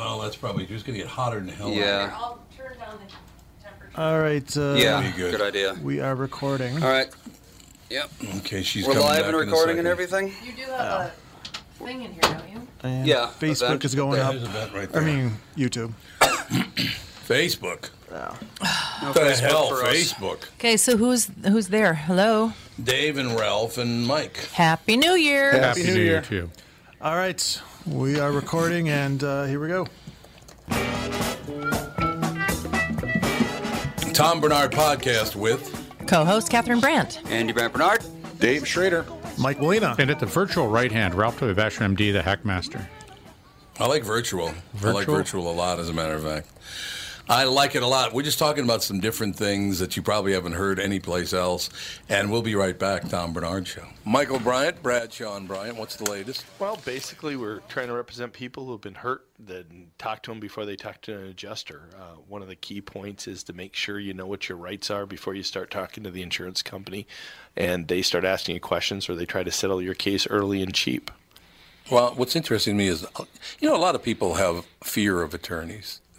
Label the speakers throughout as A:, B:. A: Well, that's probably just gonna get hotter than hell.
B: Yeah.
C: I'll turn down the temperature.
D: All right. Uh,
B: yeah. Uh,
A: be good.
B: Good. idea.
D: We are recording.
B: All right. Yep.
A: Okay, she's
B: We're
A: coming
B: live
A: back
B: and
A: in a
B: recording
A: second.
B: and everything.
C: You do have a thing in here, don't you?
D: And
B: Yeah,
D: Facebook
B: event.
D: is going
A: That
D: up.
A: is an event right
D: I
A: there.
D: mean, YouTube.
A: Facebook.
B: No
A: What the
B: Facebook
A: hell,
B: for us.
A: Facebook?
E: Okay, so who's who's there? Hello.
A: Dave and Ralph and Mike.
E: Happy New Year.
F: Happy New Year to you.
D: All right. We are recording, and uh, here we go.
A: Tom Bernard podcast with
E: Co-host Catherine Brandt.
B: Andy Brandt Bernard.
G: Dave Schrader.
D: Mike Molina.
F: And at the virtual right hand, Ralph W. Basham MD, the Hackmaster.
A: I like virtual. I like
F: Virtual?
A: virtual a lot, as a matter of fact. I like it a lot. We're just talking about some different things that you probably haven't heard anyplace else. And we'll be right back, Tom Bernard Show. Michael Bryant, Brad Sean Bryant, what's the latest?
H: Well, basically, we're trying to represent people who've been hurt. Then talk to them before they talk to an adjuster. Uh, one of the key points is to make sure you know what your rights are before you start talking to the insurance company, and they start asking you questions or they try to settle your case early and cheap.
A: Well, what's interesting to me is, you know, a lot of people have fear of attorneys. It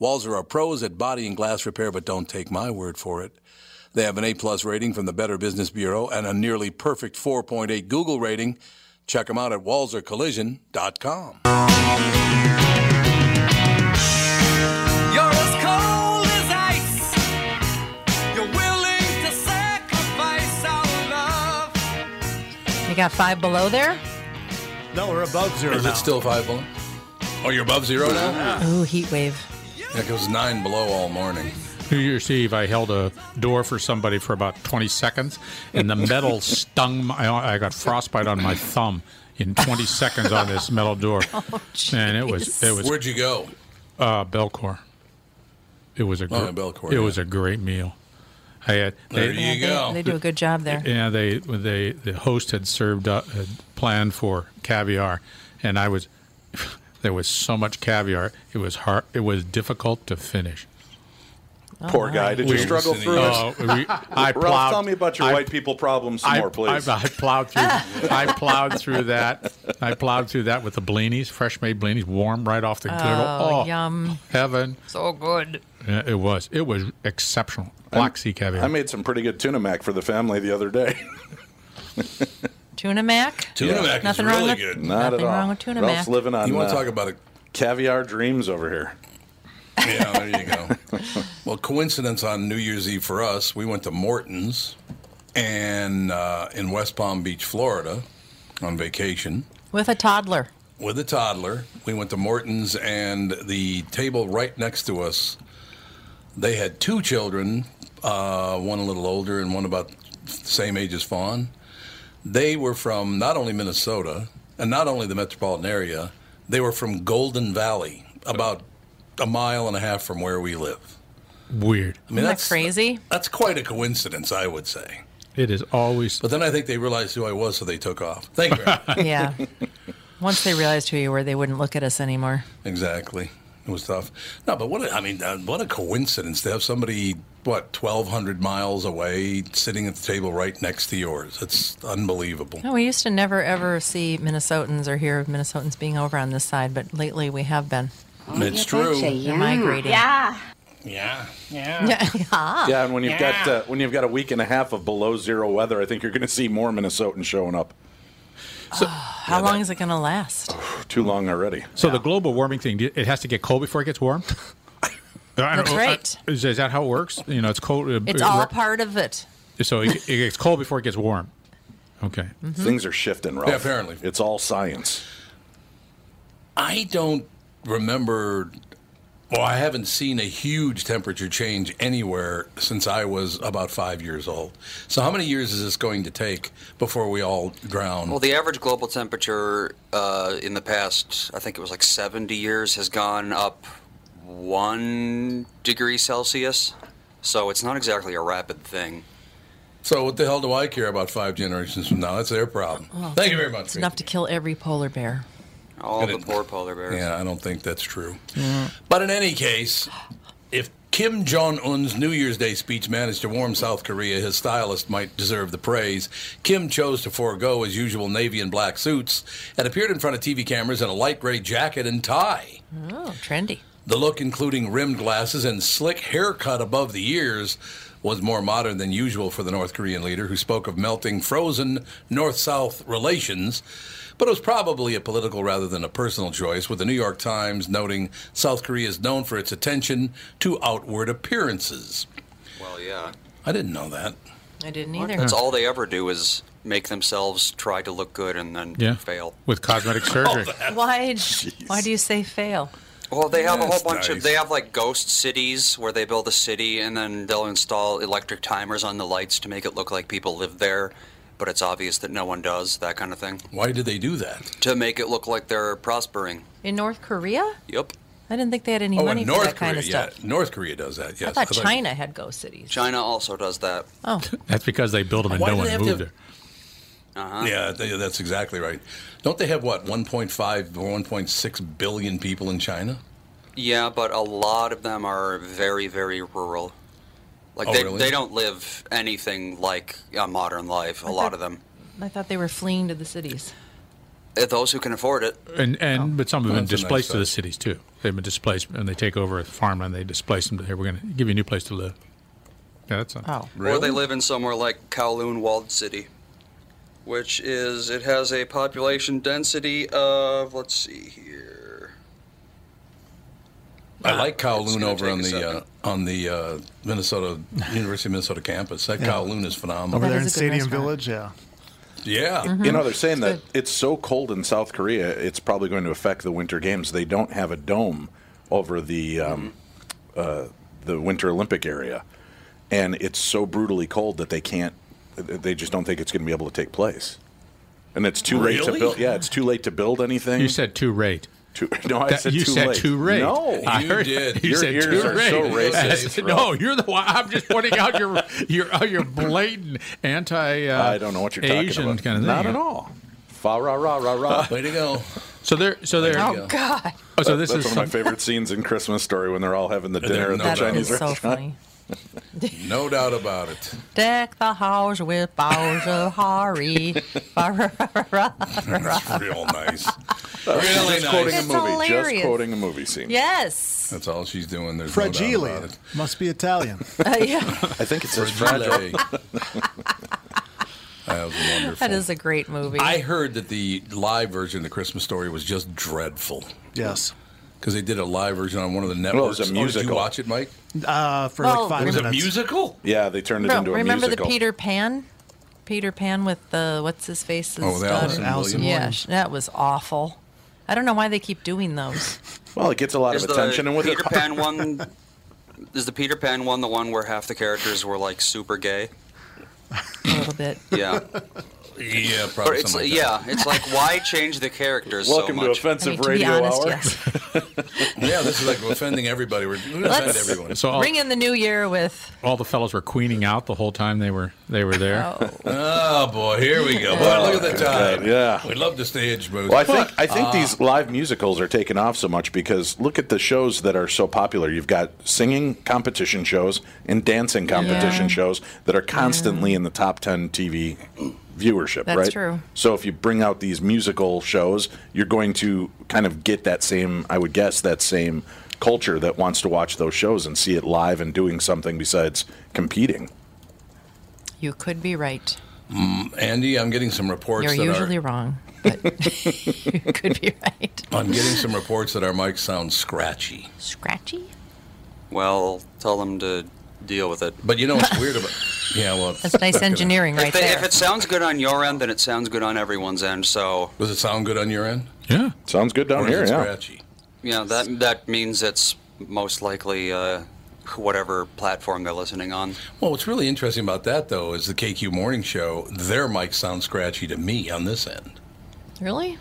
A: Walzer are pros at body and glass repair, but don't take my word for it. They have an A plus rating from the Better Business Bureau and a nearly perfect 4.8 Google rating. Check them out at walzercollision.com.
G: You're as cold as ice. You're willing to sacrifice our love.
E: You got five below there.
D: No, we're above zero
A: Is
D: now.
A: it still five below? Oh, you're above zero now?
E: Ooh, heat wave.
A: Yeah, it goes nine below all morning.
F: New Year's Eve, I held a door for somebody for about 20 seconds, and the metal stung my. I got frostbite on my thumb in 20 seconds on this metal door, and it was it was
A: Where'd you go?
F: uh, Belcor. It was a gr-
A: Oh, yeah, Belcor,
F: It
A: yeah.
F: was a great meal. I had
A: There
F: they-
A: you
E: they,
A: go.
E: They do a good job there.
F: Yeah, they they the host had served
C: uh,
F: up, had planned for caviar, and I was there was so much caviar it was hard it was difficult to finish.
H: Poor guy. Did you
C: We-
H: struggle through
C: Oh,
H: it?
C: we- I
H: Ralph,
C: plowed-
H: tell me about your
C: I-
H: white people problems some
C: I,
H: more, please.
C: I, I plowed through. I plowed through that. I plowed through that with the blinis, fresh made blinis, warm right off the griddle.
E: Oh,
C: Oh,
E: yum.
C: heaven!
E: So good.
C: Yeah, it was. It was exceptional. Black sea caviar.
H: I made some pretty good tuna mac for the family the other day.
E: Tuna mac.
H: Tuna mac is
E: Nothing wrong
H: really
E: with-
H: good. Not at
E: Nothing
H: all.
E: wrong with tuna
H: Ralph's
E: mac.
H: living on.
A: You wanna
H: uh,
A: talk about a
H: caviar dreams over here?
A: Yeah, there you go. well, coincidence on New Year's Eve for us, we went to Morton's and uh, in West Palm Beach, Florida, on vacation
E: With a toddler.
A: with a toddler. We went to Morton's, and the table right next to us, they had two children, uh, one a little older and one about the same age as Fawn. They were from not only Minnesota and not only the metropolitan area, they were from Golden Valley, about a mile and a half from where we live.
C: Weird.
A: I mean,
E: Isn't that
A: that's
E: crazy?
A: That's quite a coincidence, I would say.
C: It is always.
A: But then I think they realized who I was, so they took off. Thank you. Eric.
E: Yeah. Once they realized who you were, they wouldn't look at us anymore.
A: Exactly. It was tough. No, but what a, I mean, uh, what a coincidence to have somebody what twelve hundred miles away sitting at the table right next to yours. It's unbelievable.
E: No, we used to never ever see Minnesotans or hear of Minnesotans being over on this side, but lately we have been.
A: it's true.
E: They're migrating.
I: Yeah.
A: Yeah.
E: Yeah.
H: yeah, and when you've got uh, when you've got a week and a half of below zero weather, I think you're going to see more Minnesotans showing up.
E: How long is it going to last?
H: Too long already.
C: So the global warming thing, do- it has to get cold before it gets warm. I
E: That's right.
C: I- is, is that how it works? You know, it's cold. uh,
E: It's
C: it
E: all
C: wor-
E: part of it.
C: So it, it gets cold before it gets warm. Okay.
H: Things are shifting, Ralph.
A: Hmm? Yeah, apparently.
H: it's all science.
A: I don't remember. Well, I haven't seen a huge temperature change anywhere since I was about five years old. So, how many years is this going to take before we all drown?
B: Well, the average global temperature uh, in the past, I think it was like 70 years, has gone up one degree Celsius. So it's not exactly a rapid thing.
A: so, what the hell do I care about five generations from now? That's their problem. Thank you very much.
E: It's enough to kill every polar bear.
B: All the poor polar bears.
A: Yeah, I don't think that's true. But in any case, if Kim Jong Un's New Year's Day speech managed to warm South Korea, his stylist might deserve the praise. Kim chose to forego his usual navy and black suits and appeared in front of TV cameras in a light gray jacket and tie.
E: Oh, trendy.
A: The look, including rimmed glasses and slick haircut above the ears, was more modern than usual for the North Korean leader, who spoke of melting frozen North South relations. But it was probably a political rather than a personal choice, with the New York Times noting South Korea is known for its attention to outward appearances.
B: Well, yeah.
A: I didn't know that.
E: I didn't either.
B: That's all they ever do is make themselves try to look good and then
C: Yeah.
B: fail.
C: With cosmetic
A: Oh.
C: surgery.
E: Why? Why do you say fail?
B: Well, they have a whole
A: That's
B: bunch
A: nice.
B: of. They have like ghost cities where they build a city and then they'll install electric timers on the lights to make it look like people live there, but it's obvious that no one does that kind of thing
A: Why did they do that?
B: to make it look like they're prospering.
E: In North Korea?
B: Yep.
E: I didn't think they had any
A: oh,
E: money
A: and
E: for
A: North
E: that kind
A: Korea.
E: of stuff.
A: Yeah, North Korea does that. Yes.
E: I thought China had ghost cities.
B: China also does that.
E: Oh,
C: That's because they built them and
A: Why
C: no
A: do
C: one
A: they have
C: moved
A: to-
C: there.
A: Yeah, th- that's exactly right. Don't they have what 1.5 or 1.6 billion people in China?
B: Yeah, but a lot of them are very, very rural. Like
A: Oh,
B: they,
A: really?
B: they don't live anything like a modern life. A lot of them.
E: I thought they were fleeing to the cities.
B: Uh, Those who can afford it.
C: And and but some have been
A: Oh. That's a nice
C: displaced to the
A: size.
C: cities too. They've been displaced and they take over a farmland. They displace them. to Here we're going to give you a new place to live. Yeah, that's not,
E: Oh,
B: Or they live in somewhere like Kowloon Walled City, which is, it has a population density of, let's see here.
A: I like
B: It's
A: Kowloon
B: gonna
A: over
B: take
A: on
B: a
A: the
B: second.
A: uh, on the uh, Minnesota University of Minnesota campus. That Kowloon is
D: Over
A: phenomenal.
E: That
D: there in
E: is a good
D: Stadium
E: restaurant.
D: Village, yeah.
A: Yeah,
H: You know, they're saying that it's so cold in South Korea, it's probably going to affect the Winter Games. They don't have a dome over the um, uh, the Winter Olympic area, and it's so brutally cold that they can't. They just don't think it's going to be able to take place. And it's too late
A: Really?
H: to build. Yeah, it's too late to build anything.
C: you said too rate.
H: too, no. I
C: That-
H: said
C: you
H: too
C: said
H: late.
C: too rate.
H: No,
C: I
A: You
C: heard
A: did.
C: You
H: Your
C: said
H: ears
C: too
H: are
C: rate.
H: so
C: I
H: racist,
C: said,
H: Ralph.
C: no, you're the one. I'm just pointing out your your oh, your blatant anti. Uh,
H: I don't know what you're
C: Asian
H: talking about.
C: kind of thing.
H: Not at all. Fa ra ra ra ra.
A: way to go.
C: So there. So there.
A: Oh,
C: Oh,
E: God.
C: so this
H: That's
C: is
H: one of
C: some,
H: my favorite scenes in Christmas Story when they're all having the dinner
A: No
H: at the
E: That
A: doubt.
H: Chinese
E: is so
H: restaurant.
E: funny.
A: no doubt about it.
E: Deck the house with boughs of holly.
H: That's real nice.
A: Really
H: just
A: nice.
H: quoting
E: It's
H: a movie.
E: hilarious.
H: Just quoting a movie scene.
E: Yes.
A: That's all she's doing. There's
D: Fragile.
A: no doubt about it.
D: Must be Italian.
E: Uh, yeah.
H: I think it's
A: Fragile. that was wonderful.
E: That is a great movie.
A: I heard that the live version of the Christmas Story was just dreadful
D: Yes.
A: because they did a live version on one of the
H: Well, it
A: networks.
H: was a
A: Oh, did you
H: musical.
A: watch it, Mike?
D: Uh, for
E: Well,
D: like five
E: It was a
D: minutes.
A: musical?
H: Yeah, they turned it
E: Bro,
H: into a
E: remember
H: musical.
E: the Peter Pan? Peter Pan with the what's his face?
H: Oh, with Allison Allison Williams.
E: Yeah, sh- that was awful. I don't know why they keep doing those.
H: well, it gets a lot
B: Is
H: of
B: the
H: attention, and with
B: Peter
H: it,
B: Pan one? Is the Peter Pan one the one where half the characters were like super gay?
E: A little bit.
B: Yeah,
A: yeah,
B: Or it's, yeah, it's like why change the characters
H: Welcome
B: so
H: to
B: much?
H: Offensive
E: I mean, to be honest, yes.
A: yeah, this is like offending everybody. We're going to offend
E: Let's
A: everyone.
C: So all,
E: Ring in the new year with
C: all the fellows were queening out the whole time they were they were there.
A: Oh boy, here we go. Boy, look at the time.
H: Oh, yeah.
A: we love the stage booth.
H: Well, I think I think
A: Ah,
H: these live musicals are taking off so much because look at the shows that are so popular. You've got singing competition shows and dancing competition
E: Yeah.
H: shows that are constantly in the top 10 TV viewership,
E: That's
H: right?
E: true.
H: So if you bring out these musical shows, you're going to kind of get that same, I would guess, that same culture that wants to watch those shows and see it live and doing something besides competing.
E: you could be right.
A: Andy, I'm getting some reports
E: You're
A: that
E: usually
A: are,
E: wrong, but you could be right.
A: I'm getting some reports that our mic sounds scratchy.
E: Scratchy.
B: Well, tell them to deal with it.
A: But you know what's weird about Yeah, well,
E: That's nice
A: not gonna-
E: engineering right
B: if, they,
E: there.
B: if it sounds good on your end, then it sounds good on everyone's end. So
A: Does it sound good on your end?
C: Yeah.
H: Sounds good down
A: or is
H: here,
A: it
H: yeah.
A: scratchy?
B: you know that that means it's most likely uh, whatever platform they're listening on.
A: Well, what's really interesting about that though is the KQ Morning Show. Their mic sounds scratchy to me on this end,
E: Really?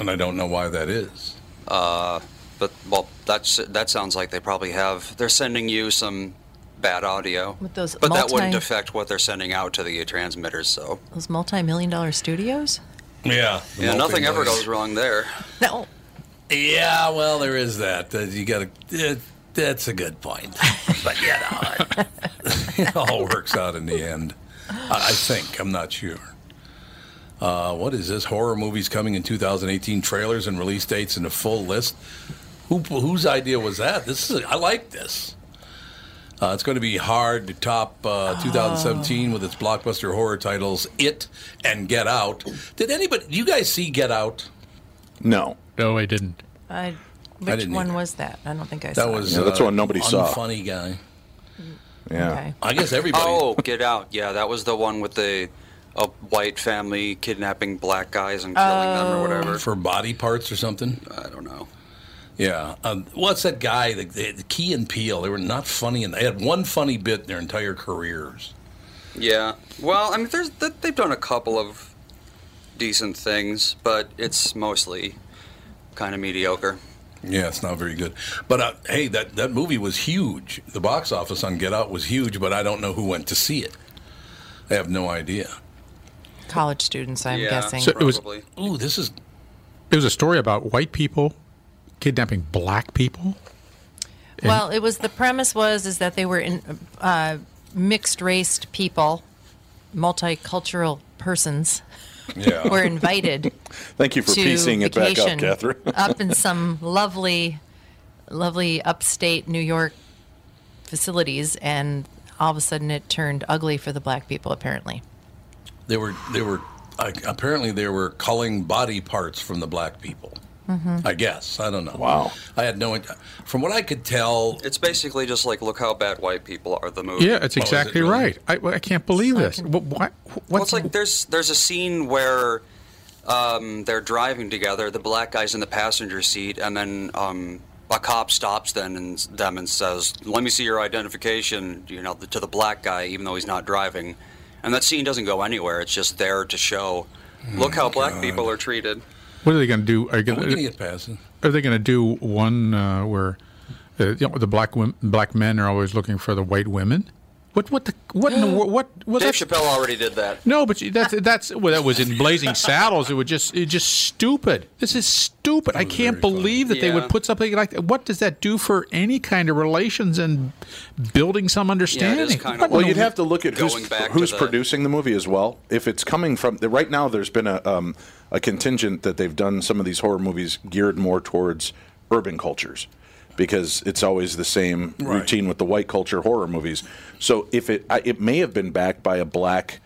A: and I don't know why that is.
B: Uh, but well, that's that sounds like they probably have. They're sending you some bad audio,
E: With those
B: but that
E: multi-
B: wouldn't affect what they're sending out to the transmitters. So
E: Those multi-million dollar studios?
A: Yeah,
B: yeah, nothing ever goes wrong there.
E: No.
A: Yeah, well, there is that. Uh, you got to. that's a good point, but you know, it, it all works out in the end. I, I think. I'm not sure. Uh, what is this? Horror movies coming in 2018 trailers and release dates and a full list. Who, whose idea was that? This is. I like this. Uh, it's going to be hard to top uh, 2017 with its blockbuster horror titles, It and Get Out. Did anybody? Do you guys see Get Out?
H: No.
C: No, I didn't.
E: I, which
A: didn't
E: one
A: either.
E: was that? I don't think I saw
A: That was
H: Yeah, that's
A: uh,
H: one nobody saw.
A: Funny guy.
H: Yeah.
E: Okay.
A: I guess everybody.
B: Oh, Get Out. Yeah, that was the one with the a white family kidnapping black guys and killing
E: Oh.
B: them or whatever.
A: for body parts or something.
B: I don't know.
A: Yeah. Um, what's that guy? The, the, the Key and Peele. They were not funny, and they had one funny bit in their entire careers.
B: Yeah. Well, I mean, there's th- they've done a couple of decent things, but it's mostly kind of mediocre.
A: Yeah, it's not very good. But uh, hey, that that movie was huge. The box office on Get Out was huge, but I don't know who went to see it. I have no idea.
E: college students, I'm
B: yeah,
E: guessing.
C: So- it was-
B: probably.
A: Ooh, this is
C: It was a story about white people kidnapping black people.
E: well, it was the premise was is that they were in uh, mixed raced people, multicultural persons
A: yeah.
E: were invited
H: Thank you for
E: to
H: piecing it back
E: vacation
H: up, Catherine.
E: up in some lovely, lovely upstate New York facilities, and all of a sudden it turned ugly for the black people. Apparently,
A: they were they were uh, apparently they were culling body parts from the black people. I guess I don't know.
H: Wow.
A: I had no. int- From what I could tell,
B: It's basically just like look how bad white people are. The movie.
C: Yeah, it's
A: Oh, is it
C: exactly
A: really?
C: right. I, well, I can't believe this. What, what, what's,
B: Well, it's like there's there's a scene where um, they're driving together. The black guy's in the passenger seat, and then um, a cop stops them and them and says, "Let me see your identification." You know, to the black guy, even though he's not driving. And that scene doesn't go anywhere. It's just there to show,
C: Hmm,
B: look how black people are treated.
C: what are they going to do? Are, you
A: we're
C: gonna,
A: gonna get past it.
C: are they going to do one uh, where uh, you know, the black wom- black men are always looking for the white women? What what the what in the wor- what was
B: Dave
C: that?
B: Chappelle already did that.
C: No, but you- that's that's well, that was in Blazing Saddles. It was just it just stupid. This is stupid. I can't believe that they
B: Yeah.
C: would put something like that. What does that do for any kind of relations and building some understanding? What in
H: well,
C: the
H: you'd
C: wor-
H: have to look at who's, who's producing the movie as well. If it's coming from right now, there's been a um, a contingent that they've done some of these horror movies geared more towards urban cultures because it's always the same
A: Right.
H: routine with the white culture horror movies. So if it I, it may have been backed by a black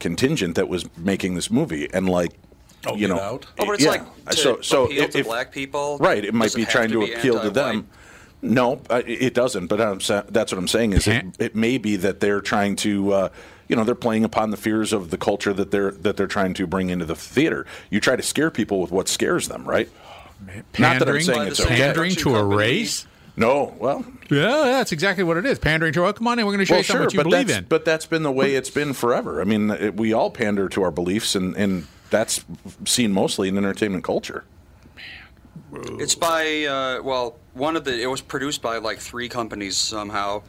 H: contingent that was making this movie and like
A: Oh,
H: you
A: Get
H: know
A: Out?
B: Oh, but it's
H: yeah.
B: like to
H: so so
B: appeal
H: if,
B: to black people,
H: right it might
B: doesn't
H: be
B: have
H: trying
B: to
H: to,
B: be
H: appeal to them no uh, it it doesn't but I'm, sa- that's what i'm saying is it, it may be that they're trying to uh, you know they're playing upon the fears of the culture that they're that they're trying to bring into the theater you try to scare people with what scares them right not that i'm
C: Pandering-
H: saying it's okay.
C: pandering to a race.
H: no well
C: Yeah, that's exactly what it is. Pandering to, oh, come on in, we're going to show you something you
H: but
C: believe
H: that's-
C: in.
H: But that's been the way it's been forever. I mean, it, we all pander to our beliefs, and, and that's seen mostly in entertainment culture.
B: It's by uh, well, one of the it was produced by like three companies somehow.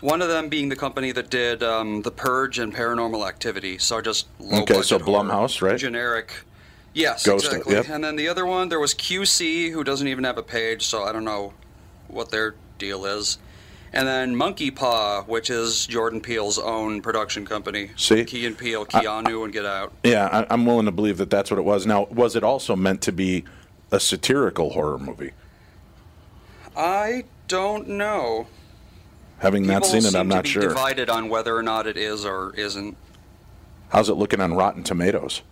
B: One of them being the company that did um, The Purge and Paranormal Activity, so just low
H: okay,
B: budget
H: so
B: horror.
H: Blumhouse, right?
B: generic. Yes,
H: Ghost,
B: exactly.
H: yep.
B: And then the other one, there was QC, who doesn't even have a page, so I don't know what their deal is. And then Monkey Paw, which is Jordan Peele's own production company.
H: See?
B: Key and Peele, Keanu, and Get Out.
H: Yeah, I, I'm willing to believe that that's what it was. Now, was it also meant to be a satirical horror movie?
B: I don't know.
H: Having not
B: People
H: seen it,
B: seem
H: I'm
B: to
H: not
B: be
H: sure.
B: Divided on whether or not it is or isn't.
H: How's it looking on Rotten Tomatoes?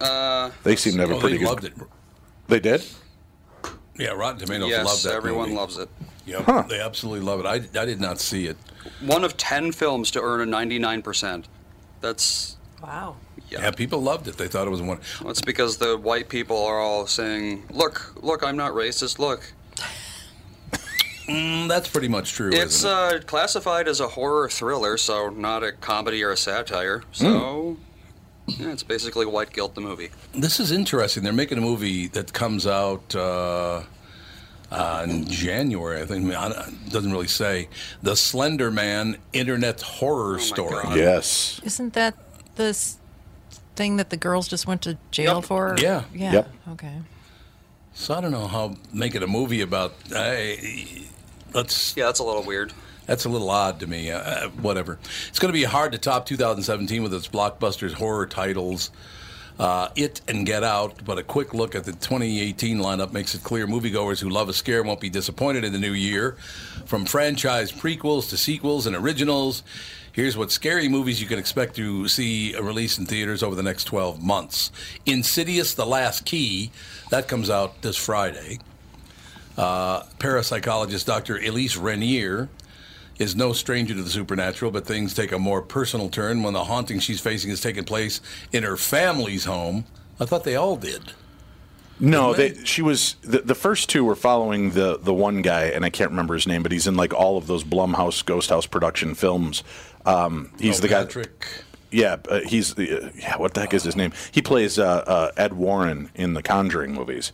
B: Uh,
H: They seem to have a
A: Oh,
H: pretty
A: they
H: good.
A: loved it.
H: They did.
A: Yeah, Rotten Tomatoes
B: Yes,
A: loved that.
B: everyone
A: movie.
B: loves it.
A: Yep,
B: Huh.
A: they absolutely love it. I, I did not see it.
B: One of ten films to earn a 99%. That's wow.
A: Yeah. people loved it. They thought it was one.
B: That's because the white people are all saying, "Look, look, I'm not racist. Look."
A: Mm, that's pretty much true.
B: It's
A: isn't it?
B: uh, classified as a horror thriller, so not a comedy or a satire. So yeah, it's basically white guilt the movie.
A: This is interesting. They're making a movie that comes out uh, uh, in January, I think. I don't- It doesn't really say. The Slender Man Internet
B: Oh
A: Horror Story.
H: Yes.
E: Isn't that this thing that the girls just went to jail for?
A: Yeah.
E: Yeah.
A: Yep.
E: Okay.
A: So I don't know how making a movie about. I, that's
B: yeah, that's a little weird.
A: That's a little odd to me. Uh, Uh, whatever. It's going to be hard to top 2017 with its blockbusters horror titles. Uh, it and Get Out, but a quick look at the 2018 lineup makes it clear moviegoers who love a scare won't be disappointed in the new year. From franchise prequels to sequels and originals, here's what scary movies you can expect to see released in theaters over the next 12 months Insidious The Last Key, that comes out this Friday. Uh, parapsychologist Dr. Elise Renier is no stranger to the supernatural, but things take a more personal turn when the haunting she's facing is taking place in her family's home. I thought they all did.
H: No, they, she was the, the first two were following the the one guy, and I can't remember his name, but he's in like all of those Blumhouse Ghost House production films. Um, he's
A: Oh,
H: the guy.
A: Patrick.
H: Yeah, uh, he's the uh, yeah. What the heck is his name? He plays uh, uh, Ed Warren in the Conjuring movies.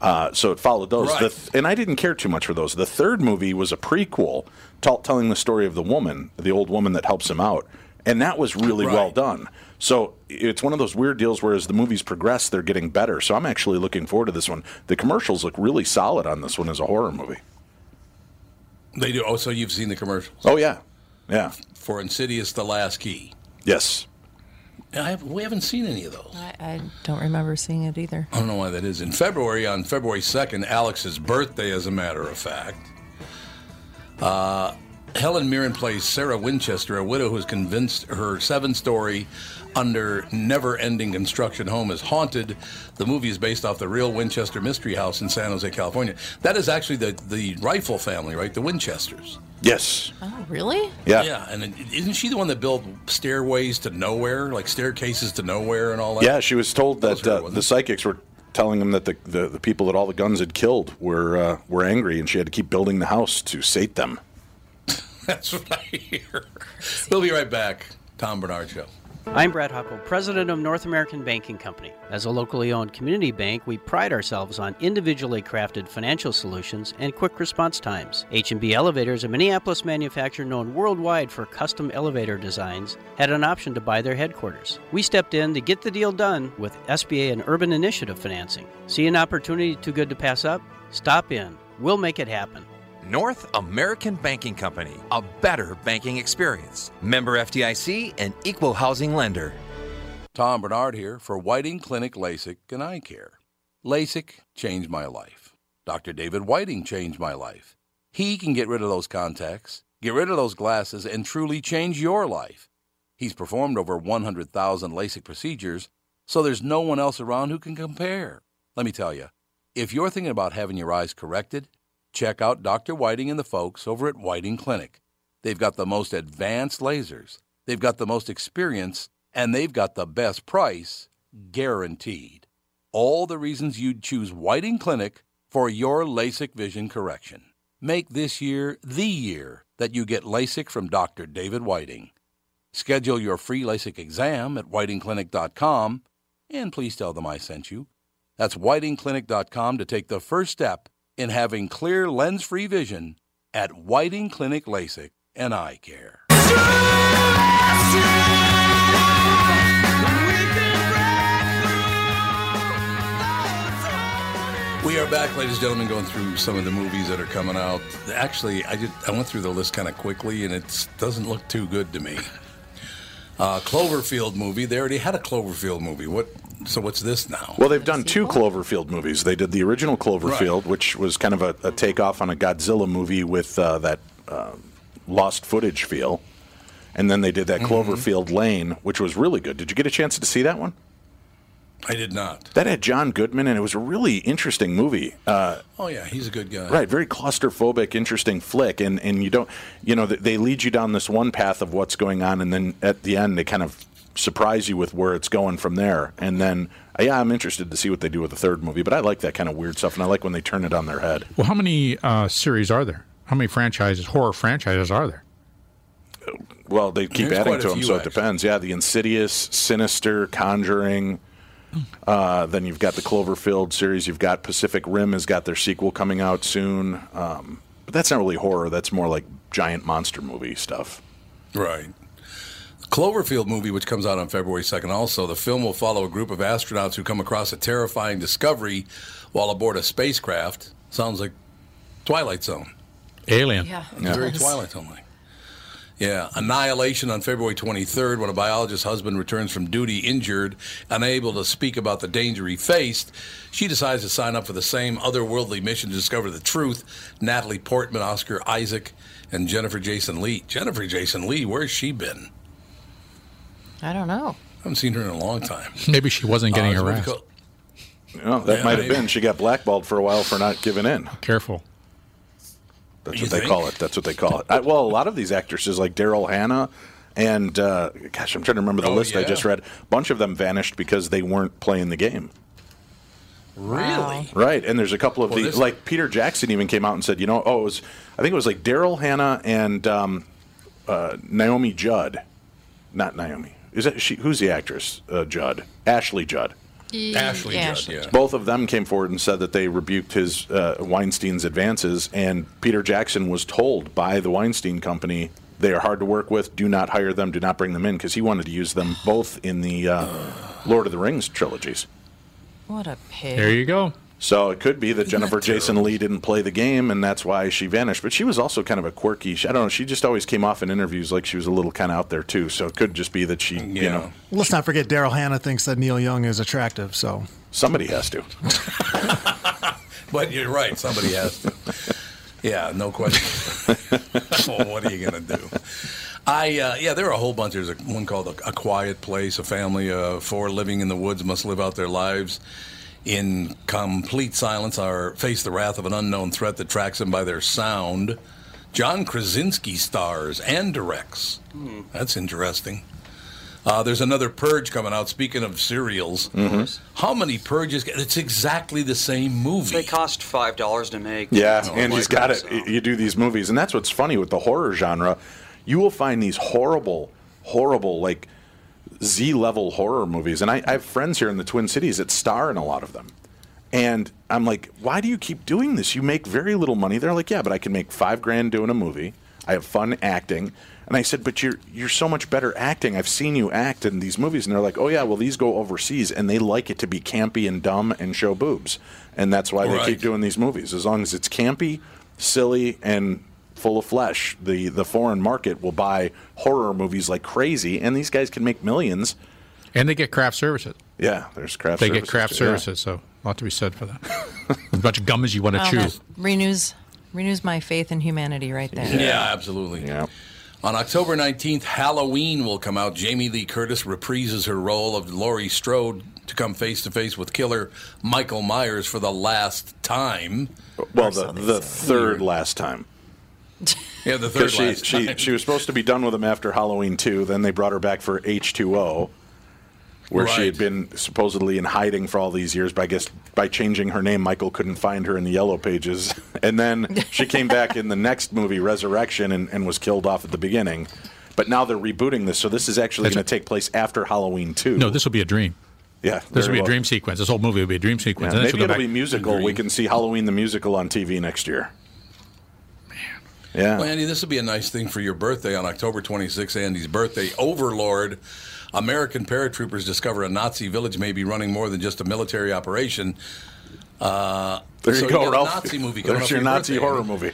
H: Uh, so it followed those,
A: Right.
H: the th- and I didn't care too much for those. The third movie was a prequel, t- telling the story of the woman, the old woman that helps him out, and that was really well done. So it's one of those weird deals where as the movies progress, they're getting better. So I'm actually looking forward to this one. The commercials look really solid on this one as a horror movie.
A: They do. Oh, so you've seen the commercials
H: Oh yeah, yeah,
A: for Insidious: The Last Key.
H: yes.
A: I have, we haven't seen any of those.
E: I, I don't remember seeing it either.
A: I don't know why that is. In February, on February 2nd, Alex's birthday, as a matter of fact, uh, Helen Mirren plays Sarah Winchester, a widow who is convinced her seven story, under never ending construction home is haunted. The movie is based off the real Winchester Mystery House in San Jose, California. That is actually the, the rifle family, right? The Winchesters.
H: Yes.
E: Oh, really?
H: Yeah.
A: Yeah. And it- isn't she the one that built stairways to nowhere, like staircases to nowhere and all that?
H: Yeah, she was told that, uh, the psychics were telling them that the, the, the people that all the guns had killed were uh, were angry, and she had to keep building the house to sate them.
A: That's what I hear. We'll be right back. Tom Bernard Show.
J: I'm Brad Huckle, president of North American Banking Company. As a locally owned community bank, we pride ourselves on individually crafted financial solutions and quick response times. H&B Elevators, a Minneapolis manufacturer known worldwide for custom elevator designs, had an option to buy their headquarters. We stepped in to get the deal done with SBA and Urban Initiative financing. See an opportunity too good to pass up? Stop in. We'll make it happen.
K: North American Banking Company, a better banking experience. Member FDIC and equal housing lender.
A: Tom Bernard here for Whiting Clinic LASIK and Eye Care. LASIK changed my life. Dr. David Whiting changed my life. He can get rid of those contacts, get rid of those glasses, and truly change your life. He's performed over 100,000 LASIK procedures, so there's no one else around who can compare. Let me tell you, if you're thinking about having your eyes corrected, check out Dr. Whiting and the folks over at Whiting Clinic. They've got the most advanced lasers, they've got the most experience, and they've got the best price guaranteed. All the reasons you'd choose Whiting Clinic for your LASIK vision correction. Make this year the year that you get LASIK from Dr. David Whiting. Schedule your free LASIK exam at whitingclinic.com and please tell them I sent you. That's whitingclinic.com to take the first step in having clear lens free vision at Whiting Clinic LASIK and Eye Care. We are back, ladies and gentlemen, going through some of the movies that are coming out. Actually, I just I went through the list kind of quickly, and it doesn't look too good to me. Uh, Cloverfield movie. They already had a Cloverfield movie. What? So what's this now?
H: Well, they've done two Cloverfield movies. They did the original Cloverfield, which was kind of a, a takeoff on a Godzilla movie with uh, that uh, lost footage feel, and then they did that
A: Mhm.
H: Cloverfield Lane, which was really good. Did you get a chance to see that one?
A: I did not.
H: That had John Goodman, and it was a really interesting movie. Uh,
A: Oh yeah, he's a good guy.
H: Right, very claustrophobic, interesting flick, and and you don't, you know, th- they lead you down this one path of what's going on, and then at the end they kind of surprise you with where it's going from there, and then yeah, I'm interested to see what they do with the third movie, but I like that kind of weird stuff, and I like when they turn it on their head.
C: Well, how many uh, series are there? How many franchises, horror franchises, are there?
H: Well, they keep
C: There's
H: adding
C: quite a
H: to them,
C: few,
H: so it
C: actually.
H: depends. Yeah, the Insidious, Sinister, Conjuring. Uh, then you've got the Cloverfield series. You've got Pacific Rim has got their sequel coming out soon. Um, but that's not really horror. That's more like giant monster movie stuff.
A: Right. Cloverfield movie, which comes out on February 2nd, also. The film will follow a group of astronauts who come across a terrifying discovery while aboard a spacecraft. Sounds like Twilight Zone.
C: Alien.
A: Yeah. It's
C: Yeah.
A: very
C: Yes.
A: Twilight Zone like. Yeah. Annihilation on February 23rd when a biologist's husband returns from duty injured, unable to speak about the danger he faced. She decides to sign up for the same otherworldly mission to discover the truth. Natalie Portman, Oscar Isaac, and Jennifer Jason Lee. Jennifer Jason Lee, where's she been?
E: I don't know.
A: I haven't seen her in a long time.
C: Maybe she wasn't getting
A: Uh, it's what do you
C: harassed.
A: call-
H: No, that
A: Yeah,
H: might have
A: maybe.
H: been. She got blackballed for a while for not giving in.
C: Careful.
H: That's
C: You
H: what they
C: think?
H: call it. That's what they call it. I, well, a lot of these actresses, like Daryl Hannah, and uh, gosh, I'm trying to remember the
A: Oh,
H: list I
A: yeah.
H: just read. A bunch of them vanished because they weren't playing the game.
A: Really?
H: Right, and there's a couple of
A: Well,
H: the
A: this-
H: like Peter Jackson even came out and said, you know, oh, it was I think it was like Daryl Hannah and um, uh, Naomi Judd, not Naomi. Is that she? Who's the actress? Uh, Judd, Ashley Judd.
E: Ye- Ashley Judd, Ashley yeah. Judd.
H: Both of them came forward and said that they rebuked his uh, Weinstein's advances, and Peter Jackson was told by the Weinstein company they are hard to work with. Do not hire them. Do not bring them in because he wanted to use them both in the uh, Lord of the Rings trilogies.
E: What a pig.
C: you go.
H: So it could be that Jennifer Jason Lee didn't play the game, and that's why she vanished. But she was also kind of a quirky. I don't know. She just always came off in interviews like she was a little kind of out there too. So it could just be that she, you know,
D: Let's not forget Daryl Hannah thinks that Neil Young is attractive, so
H: somebody has to.
A: But you're right. Somebody has to. Yeah, no question. well, what are you going to do? I uh, yeah, there are a whole bunch. There's a, one called a, a Quiet Place. A family uh, four living in the woods must live out their lives in complete silence or face the wrath of an unknown threat that tracks them by their sound. John Krasinski stars and directs. That's interesting. Uh, there's another purge coming out. Speaking of serials, how many purges? It's exactly the same movie.
B: They cost five dollars to make.
H: Yeah,
B: Oh,
H: and he's
B: like,
H: got it.
B: so-
H: You do these movies, and that's what's funny with the horror genre. You will find these horrible, horrible like Z level horror movies. And I, I have friends here in the Twin Cities that star in a lot of them. And I'm like, why do you keep doing this? You make very little money. They're like, yeah, but I can make five grand doing a movie. I have fun acting. And I said, but you're you're so much better acting. I've seen you act in these movies. And they're like, oh yeah, well these go overseas and they like it to be campy and dumb and show boobs. And that's why
L: Right.
H: they keep doing these movies. As long as it's campy, silly, and full of flesh, the the foreign market will buy horror movies like crazy. And these guys can make millions.
C: And they get craft services.
H: Yeah, there's craft.
C: they
H: services
C: get craft
H: too, yeah.
C: services, so a lot to be said for that. as much gum as you want to
E: Wow,
C: chew.
E: that renews renews my faith in humanity right there.
A: Yeah, absolutely. On October 19th, Halloween will come out. Jamie Lee Curtis reprises her role of Laurie Strode to come face to face with killer Michael Myers for the last time.
H: Well, the, the third last time.
A: Yeah, the third
H: 'Cause she,
A: last
H: she,
A: time.
H: she was supposed to be done with him after Halloween 2. Then they brought her back for H2O, where she had been supposedly in hiding for all these years. But I guess by changing her name, Michael couldn't find her in the yellow pages. And then she came back in the next movie, Resurrection, and, and was killed off at the beginning. But now they're rebooting this. So this is actually
C: That's
H: going to take place after Halloween 2.
C: No, this will be a dream.
H: Yeah,
C: This will
H: very
C: be a
H: well.
C: dream sequence. This whole movie will be a dream
H: Yeah,
C: sequence. and then
H: maybe
C: she'll go
H: it'll
C: back-
H: be musical. We can see Halloween the musical on TV next year. Man. Yeah.
A: Well, Andy, this would be a nice thing for your birthday on October 26th, Andy's birthday. Overlord. American paratroopers discover a Nazi village may be running more than just a military operation. Uh,
H: There
A: so
H: you go,
A: got a
H: Ralph.
A: Nazi movie coming
H: There's
A: up
H: your
A: for
H: Nazi
A: birthday,
H: horror
A: Andy.
H: movie.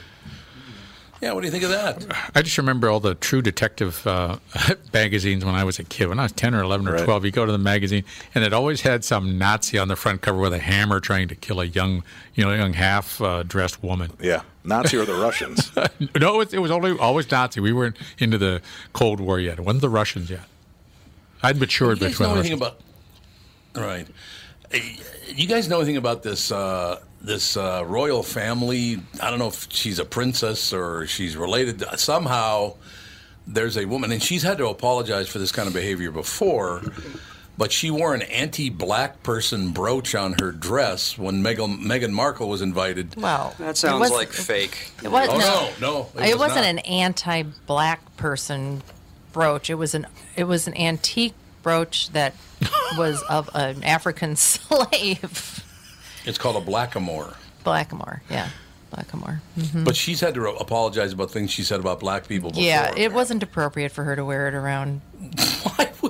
A: Yeah, what do you think of that?
C: I just remember all the True Detective uh, magazines when I was a kid. When I was ten or eleven or
H: Right.
C: twelve, you go to the magazine, and it always had some Nazi on the front cover with a hammer trying to kill a young, you know, young half-dressed woman.
H: Yeah, Nazi or the Russians.
C: no, it was, it was only always Nazi. We weren't into the Cold War yet. It wasn't the Russians yet. I'd matured
A: you guys
C: between
A: know
C: the
A: anything
C: Russians.
A: about? Right. Uh, You guys know anything about this uh, this uh, royal family? I don't know if she's a princess or she's related. Somehow, there's a woman, and she's had to apologize for this kind of behavior before. But she wore an anti-black person brooch on her dress when Meghan, Meghan Markle was invited.
E: Wow,
B: That sounds like fake.
E: It was
A: Oh,
E: no,
A: no, no,
E: It,
A: was
E: was not
A: not.
E: an anti-black person brooch. It was an it was an antique brooch that was of an African slave,
A: It's called a blackamoor.
E: blackamoor. Yeah, blackamoor. Mhm.
A: But she's had to re- apologize about things she said about black people. Before.
E: yeah, it wasn't appropriate for her to wear it around.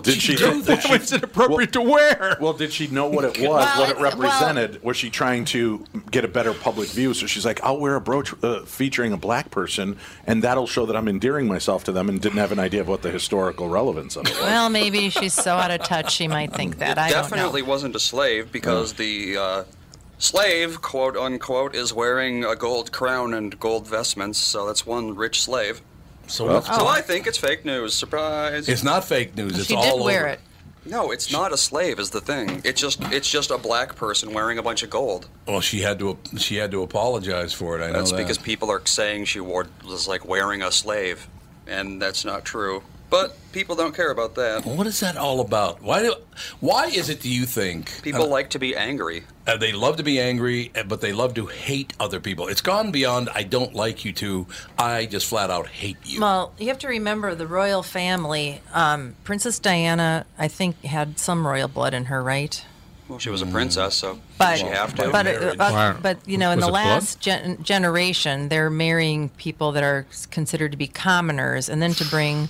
H: Did she?
A: do
H: Did she
C: it's inappropriate to wear.
H: Well, did she know what it was,
E: Well,
H: what it
E: it's- well-
H: represented? was she trying to get a better public view? So she's like, "I'll wear a brooch uh, featuring a black person, and that'll show that I'm endearing myself to them," and didn't have an idea of what the historical relevance of it was.
E: Well, maybe she's so out of touch she might think that. I don't know.
B: Definitely wasn't a slave
A: Oh.
B: because the uh, slave, quote unquote, is wearing a gold crown and gold vestments, so that's one rich slave.
A: So,
B: so
A: what's-
E: Oh.
B: I think it's fake news. Surprise!
A: It's not fake news. It's all over.
B: No, it's not a slave is the thing. It's just it's just a black person wearing a bunch of gold.
A: Well, she had to she had to apologize for it. I know
B: That's
A: that.
B: because people are saying she wore was like wearing a slave, and that's not true. But people don't care about that.
A: What is that all about? Why do why is it do you think
B: People like to be angry?
A: Uh, they love to be angry, uh, but they love to hate other people. It's gone beyond I don't like you to I just flat out hate you.
E: Well, you have to remember the royal family. Um, Princess Diana, I think, had some royal blood in her, right?
B: Well, she was a
A: Mm.
B: princess, so
E: But
B: she have to.
E: but uh, uh, but you know, in the last gen- generation, they're marrying people that are s- considered to be commoners, and then to bring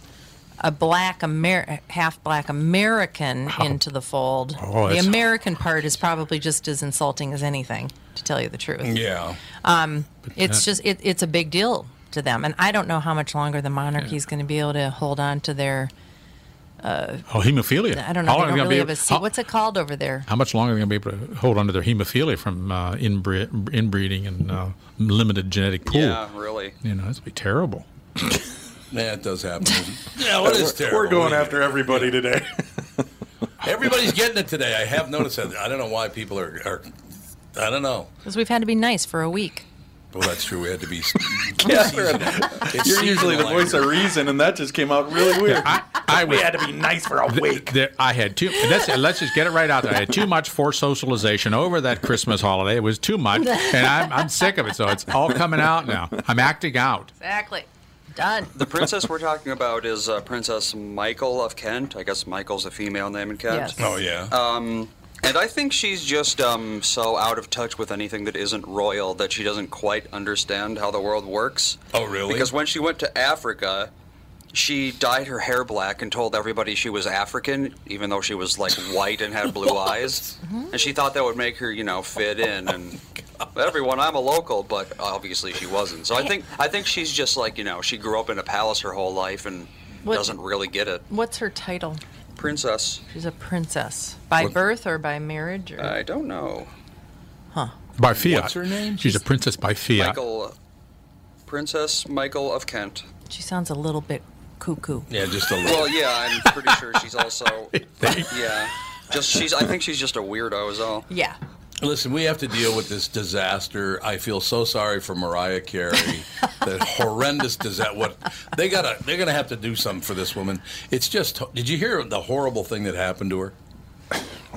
E: a black Amer- half black American into the fold,
G: Oh,
E: the
G: that's-
E: American part is probably just as insulting as anything, to tell you the truth.
A: Yeah.
E: Um,
G: that-
E: it's just it, it's a big deal to them, and I don't know how much longer the monarchy is going to be able to hold on to their. Uh,
C: Oh, hemophilia.
E: I don't know.
C: How
E: They
C: long are
E: don't
C: they gonna
E: really
C: be
E: have
C: able-
E: a seat. What's it called over there?
C: How much longer are they going to be able to hold onto their hemophilia from uh, inbre- inbreeding and uh, limited genetic pool?
B: Yeah, really.
C: You know, that's be terrible.
A: Yeah, it does happen. yeah, what is
H: We're-
A: terrible?
H: We're going
A: Yeah.
H: after everybody today.
A: Everybody's getting it today. I have noticed that. I don't know why people are. are I don't know.
E: Because we've had to be nice for a week.
A: Well, that's true. We had to be.
H: Catherine, you're usually the voice of reason, and that just came out really weird.
C: I,
H: we had to be nice for a week.
C: There, I had too. and That's, and let's just get it right out there. I had too much forced socialization over that Christmas holiday. It was too much, and I'm, I'm sick of it. So it's all coming out now. I'm acting out.
E: Exactly. Done.
B: The princess we're talking about is uh, Princess Michael of Kent. I guess Michael's a female name in Kent.
A: Yes. Oh, yeah.
B: Um, and I think she's just um, so out of touch with anything that isn't royal that she doesn't quite understand how the world works.
A: Oh, really?
B: Because when she went to Africa, she dyed her hair black and told everybody she was African, even though she was like white and had blue eyes. And she thought that would make her, you know, fit in and
A: Oh,
B: everyone. I'm a local, but obviously she wasn't. So I think I think she's just like you know she grew up in a palace her whole life and
E: What-
B: doesn't really get it.
E: What's her title?
B: Princess.
E: She's a princess by
B: What- Uh,
E: birth or by marriage? Or?
B: I don't know.
C: By fiat.
B: What's her name?
C: She's a princess by fiat.
B: Michael, Princess Michael of Kent.
E: She sounds a little bit cuckoo.
A: Yeah, just a
B: Well, yeah, I'm pretty sure she's also yeah. Just she's. I think she's just a weirdo as all.
E: Yeah.
A: Listen, we have to deal with this disaster. I feel so sorry for Mariah Carey. that horrendous disaster. What they gotta, they're gonna have to do something for this woman. It's just. Did you hear the horrible thing that happened to her?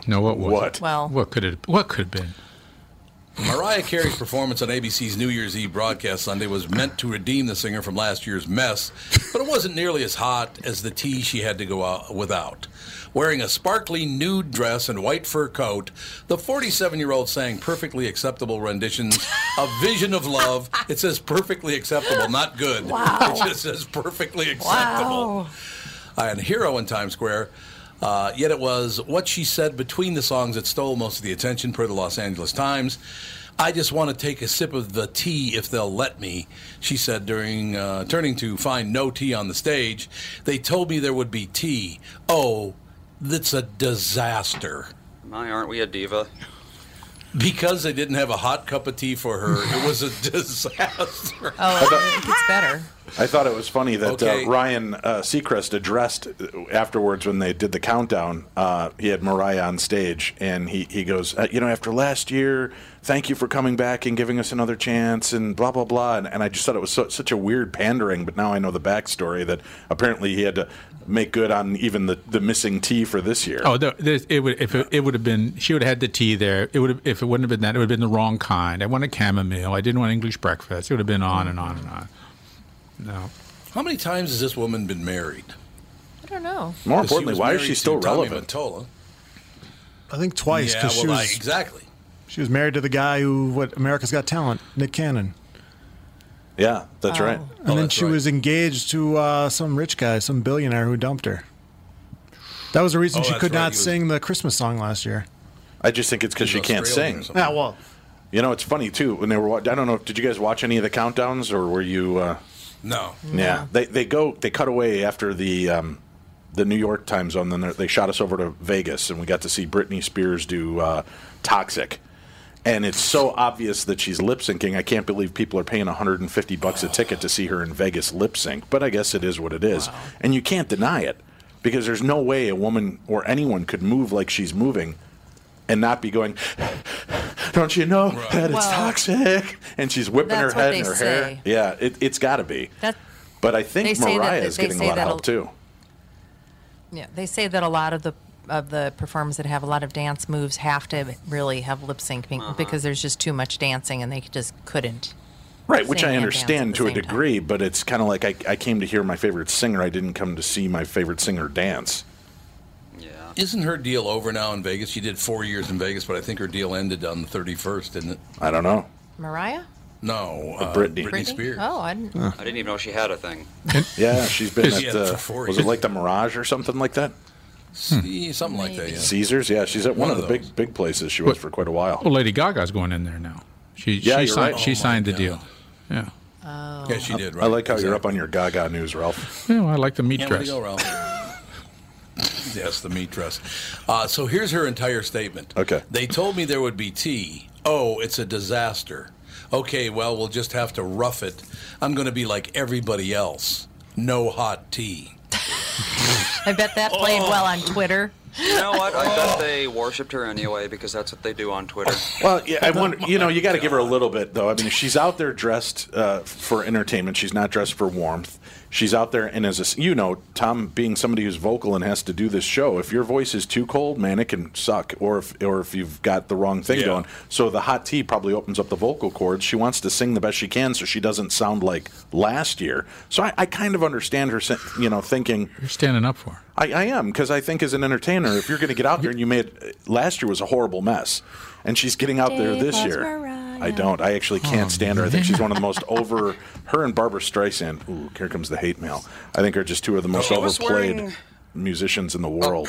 C: No, what was
A: What?
C: It? what could it? What could have been?
A: Mariah Carey's performance on ABC's New Year's Eve broadcast Sunday was meant to redeem the singer from last year's mess, but it wasn't nearly as hot as the tea she had to go out without. Wearing a sparkly nude dress and white fur coat, the 47 year old sang perfectly acceptable renditions of Vision of Love. It says perfectly acceptable, not good.
G: Wow.
A: It just says perfectly acceptable uh, and hero in Times Square. Uh, yet it was what she said between the songs that stole most of the attention, per the Los Angeles Times. I just want to take a sip of the tea if they'll let me, she said during uh, turning to find no tea on the stage. They told me there would be tea. Oh, that's a disaster.
B: My, aren't we a diva?
A: Because they didn't have a hot cup of tea for her, it was a disaster.
E: Oh, it gets better.
H: I thought it was funny that
A: Okay.
H: uh, Ryan uh, Seacrest addressed uh, afterwards when they did the countdown. Uh, he had Mariah on stage, and he he goes, uh, you know, after last year, thank you for coming back and giving us another chance, and blah blah blah. And, and I just thought it was so, such a weird pandering, but now I know the backstory that apparently he had to make good on even the the missing T for this year.
C: Oh, the, the, it would if it, it would have been she would have had the tea there. It would have, if it wouldn't have been that it would have been the wrong kind. I want a chamomile. I didn't want English breakfast. It would have been on and on and on. No,
A: How many times has this woman been married?
E: I don't know.
H: More
A: Because she
H: importantly,
A: was
H: why is
A: married
H: she still
A: to Tommy
H: relevant?
A: Mottola.
D: I think twice
A: Yeah,
D: because she
A: well, I-
D: was
A: exactly.
D: she was married to the guy who what America's Got Talent, Nick Cannon,
H: Yeah, that's
D: Oh.
H: right.
D: and then she was engaged to uh, some rich guy, some billionaire who dumped her. That was the reason
H: Oh,
D: she
H: that's
D: could
H: right,
D: not
H: he was-
D: sing the Christmas song last year.
H: I just think it's because she can't
D: Australian
H: sing.
D: or something. Yeah, well-
H: You know, it's funny too when they were. wa- I don't know. Did you guys watch any of the countdowns, or were you? Uh,
A: No.
H: Yeah, they they go they cut away after the um, the New York time zone. Then they- they shot us over to Vegas, and we got to see Britney Spears do uh, "Toxic," and it's so obvious that she's lip syncing. I can't believe people are paying 150 bucks a ticket to see her in Vegas lip sync. But I guess it is what it is, and you can't deny it because there's no way a woman or anyone could move like she's moving. And not be going, don't you know that it's
E: Well,
H: toxic? And she's whipping her
E: that's what
H: head and
E: they
H: her
E: say.
H: hair. Yeah, it, it's got to be.
E: That
H: But I
E: They
H: think
E: say that-
H: Mariah
E: that
H: is
E: they
H: getting a
E: say
H: lot of
E: that'll-
H: help too.
E: Yeah, they say that a lot of the of the performers that have a lot of dance moves have to really have lip sync be- because there's just too much dancing and they just couldn't.
H: Right, which
E: sing
H: I
E: and dance
H: understand
E: at the
H: to a
E: same time.
H: degree, but it's kind of like I, I came to hear my favorite singer. I didn't come to see my favorite singer dance.
A: Isn't her deal over now in Vegas? She did four years in Vegas, but I think her deal ended on the 31st, didn't it?
H: I don't know.
E: Mariah?
A: No, uh,
H: Britney.
A: Britney.
E: Britney?
A: Spears.
E: Oh, I didn't.
B: I didn't even know she had a thing.
H: Yeah, she's been
B: Is-
H: at
B: Yeah,
H: the,
B: for four
H: was it
B: years.
H: like the Mirage or something like that?
A: Yeah, something like that. Yeah.
H: Caesars, yeah, she's at one,
A: One
H: of
A: of
H: the big big places she was for quite a while.
C: well, Lady Gaga's going in there now. She
H: Yeah,
C: she
H: you're
C: signed
H: right.
C: she
H: Oh, my
C: signed the deal. Yeah.
E: Oh.
A: Yeah, she did. Right?
H: I like how you're up on your Gaga news, Ralph.
C: Yeah, well, I like the meat
A: Yeah, way to
C: dress.
A: go, Ralph. yes, the meat dress. Uh, so here's her entire statement.
H: Okay.
A: They told me there would be tea. Oh, it's a disaster. Okay, well, we'll just have to rough it. I'm going to be like everybody else. No hot tea.
E: I bet that played well on Twitter.
B: You know what? I bet they worshipped her anyway because that's what they do on Twitter.
H: Well, yeah, I wonder. You know, you got to give her a little bit, though. I mean, she's out there dressed uh, for entertainment. She's not dressed for warmth. She's out there, and as a, you know, Tom being somebody who's vocal and has to do this show, if your voice is too cold, man, it can suck. Or if or if you've got the wrong thing
L: Yeah.
H: going, so the hot tea probably opens up the vocal cords. She wants to sing the best she can, so she doesn't sound like last year. So I, I kind of understand her, sen- you know, thinking
C: You're standing up for. her.
H: I, I am because I think as an entertainer, if you're going to get out there and you made last year was a horrible mess, and she's getting out there this year. I don't. I actually
C: Oh,
H: can't stand her. I think she's one of the most over. Her and Barbara Streisand. Ooh, here comes the hate mail. I think are just two of the most
B: She was
H: overplayed
B: wearing-
H: musicians in the world.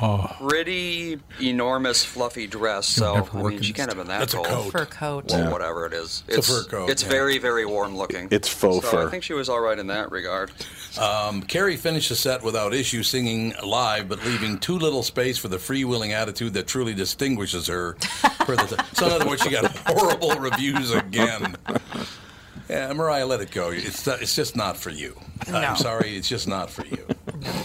C: Oh,
B: Pretty enormous fluffy dress, so I mean, she can't have been that
H: That's a
B: cold.
H: coat.
E: Fur coat.
B: Well,
H: Yeah.
B: whatever it is,
H: It's a
B: it's,
H: fur coat,
B: It's
H: yeah.
B: very, very warm looking.
H: It's faux
B: so
H: fur.
B: I think she was all right in that regard.
A: Um, Carrie finished the set without issue, singing live, but leaving too little space for the freewheeling attitude that truly distinguishes her. For the so, in other words, she got horrible reviews again. Yeah, Mariah, let it go. It's it's just not for you.
E: No.
A: I'm sorry, it's just not for you.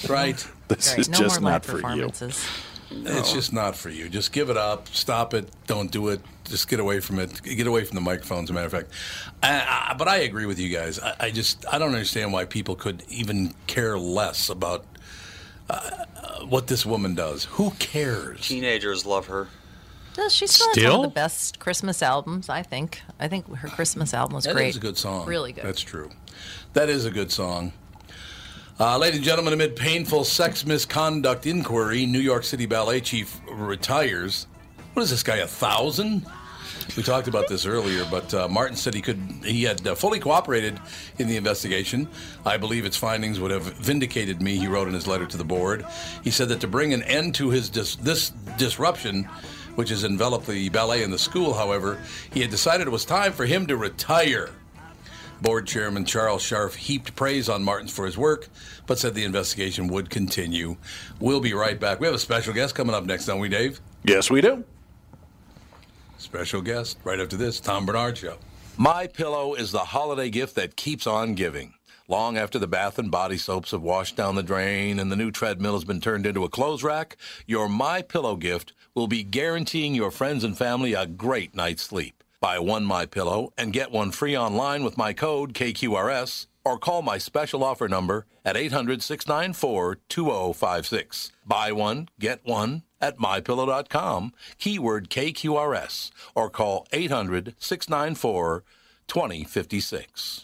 A: Right?
H: This Right, is no just more live not for you. performances.
A: It's just not for you. Just give it up. Stop it. Don't do it. Just get away from it. Get away from the microphone. As a matter of fact, I, I, but I agree with you guys. I, I just I don't understand why people could even care less about uh, what this woman does. Who cares?
B: Teenagers love her.
E: No, she still, has one
A: Still?
E: of the best Christmas albums, I think. I think her Christmas album was
A: That
E: great.
A: is a good song.
E: Really good.
A: That's true. That is a good song. Uh, ladies and gentlemen, amid painful sex misconduct inquiry, New York City ballet chief retires. What is this guy, a thousand? We talked about this earlier, but uh, Martin said he could he had uh, fully cooperated in the investigation. I believe its findings would have vindicated me, he wrote in his letter to the board. He said that to bring an end to his dis- this disruption, which has enveloped the ballet and the school, however, he had decided it was time for him to retire. Board Chairman Charles Scharf heaped praise on Martins for his work, but said the investigation would continue. We'll be right back. We have a special guest coming up next, don't we, Dave?
H: Yes, we do.
A: Special guest right after this, Tom Bernard Show. My Pillow is the holiday gift that keeps on giving. Long after the bath and body soaps have washed down the drain and the new treadmill has been turned into a clothes rack, your My Pillow gift will be guaranteeing your friends and family a great night's sleep. Buy one My Pillow and get one free online with my code KQRS or call my special offer number at 800-694-2056. Buy one, get one at mypillow.com, keyword KQRS, or call 800-694-2056.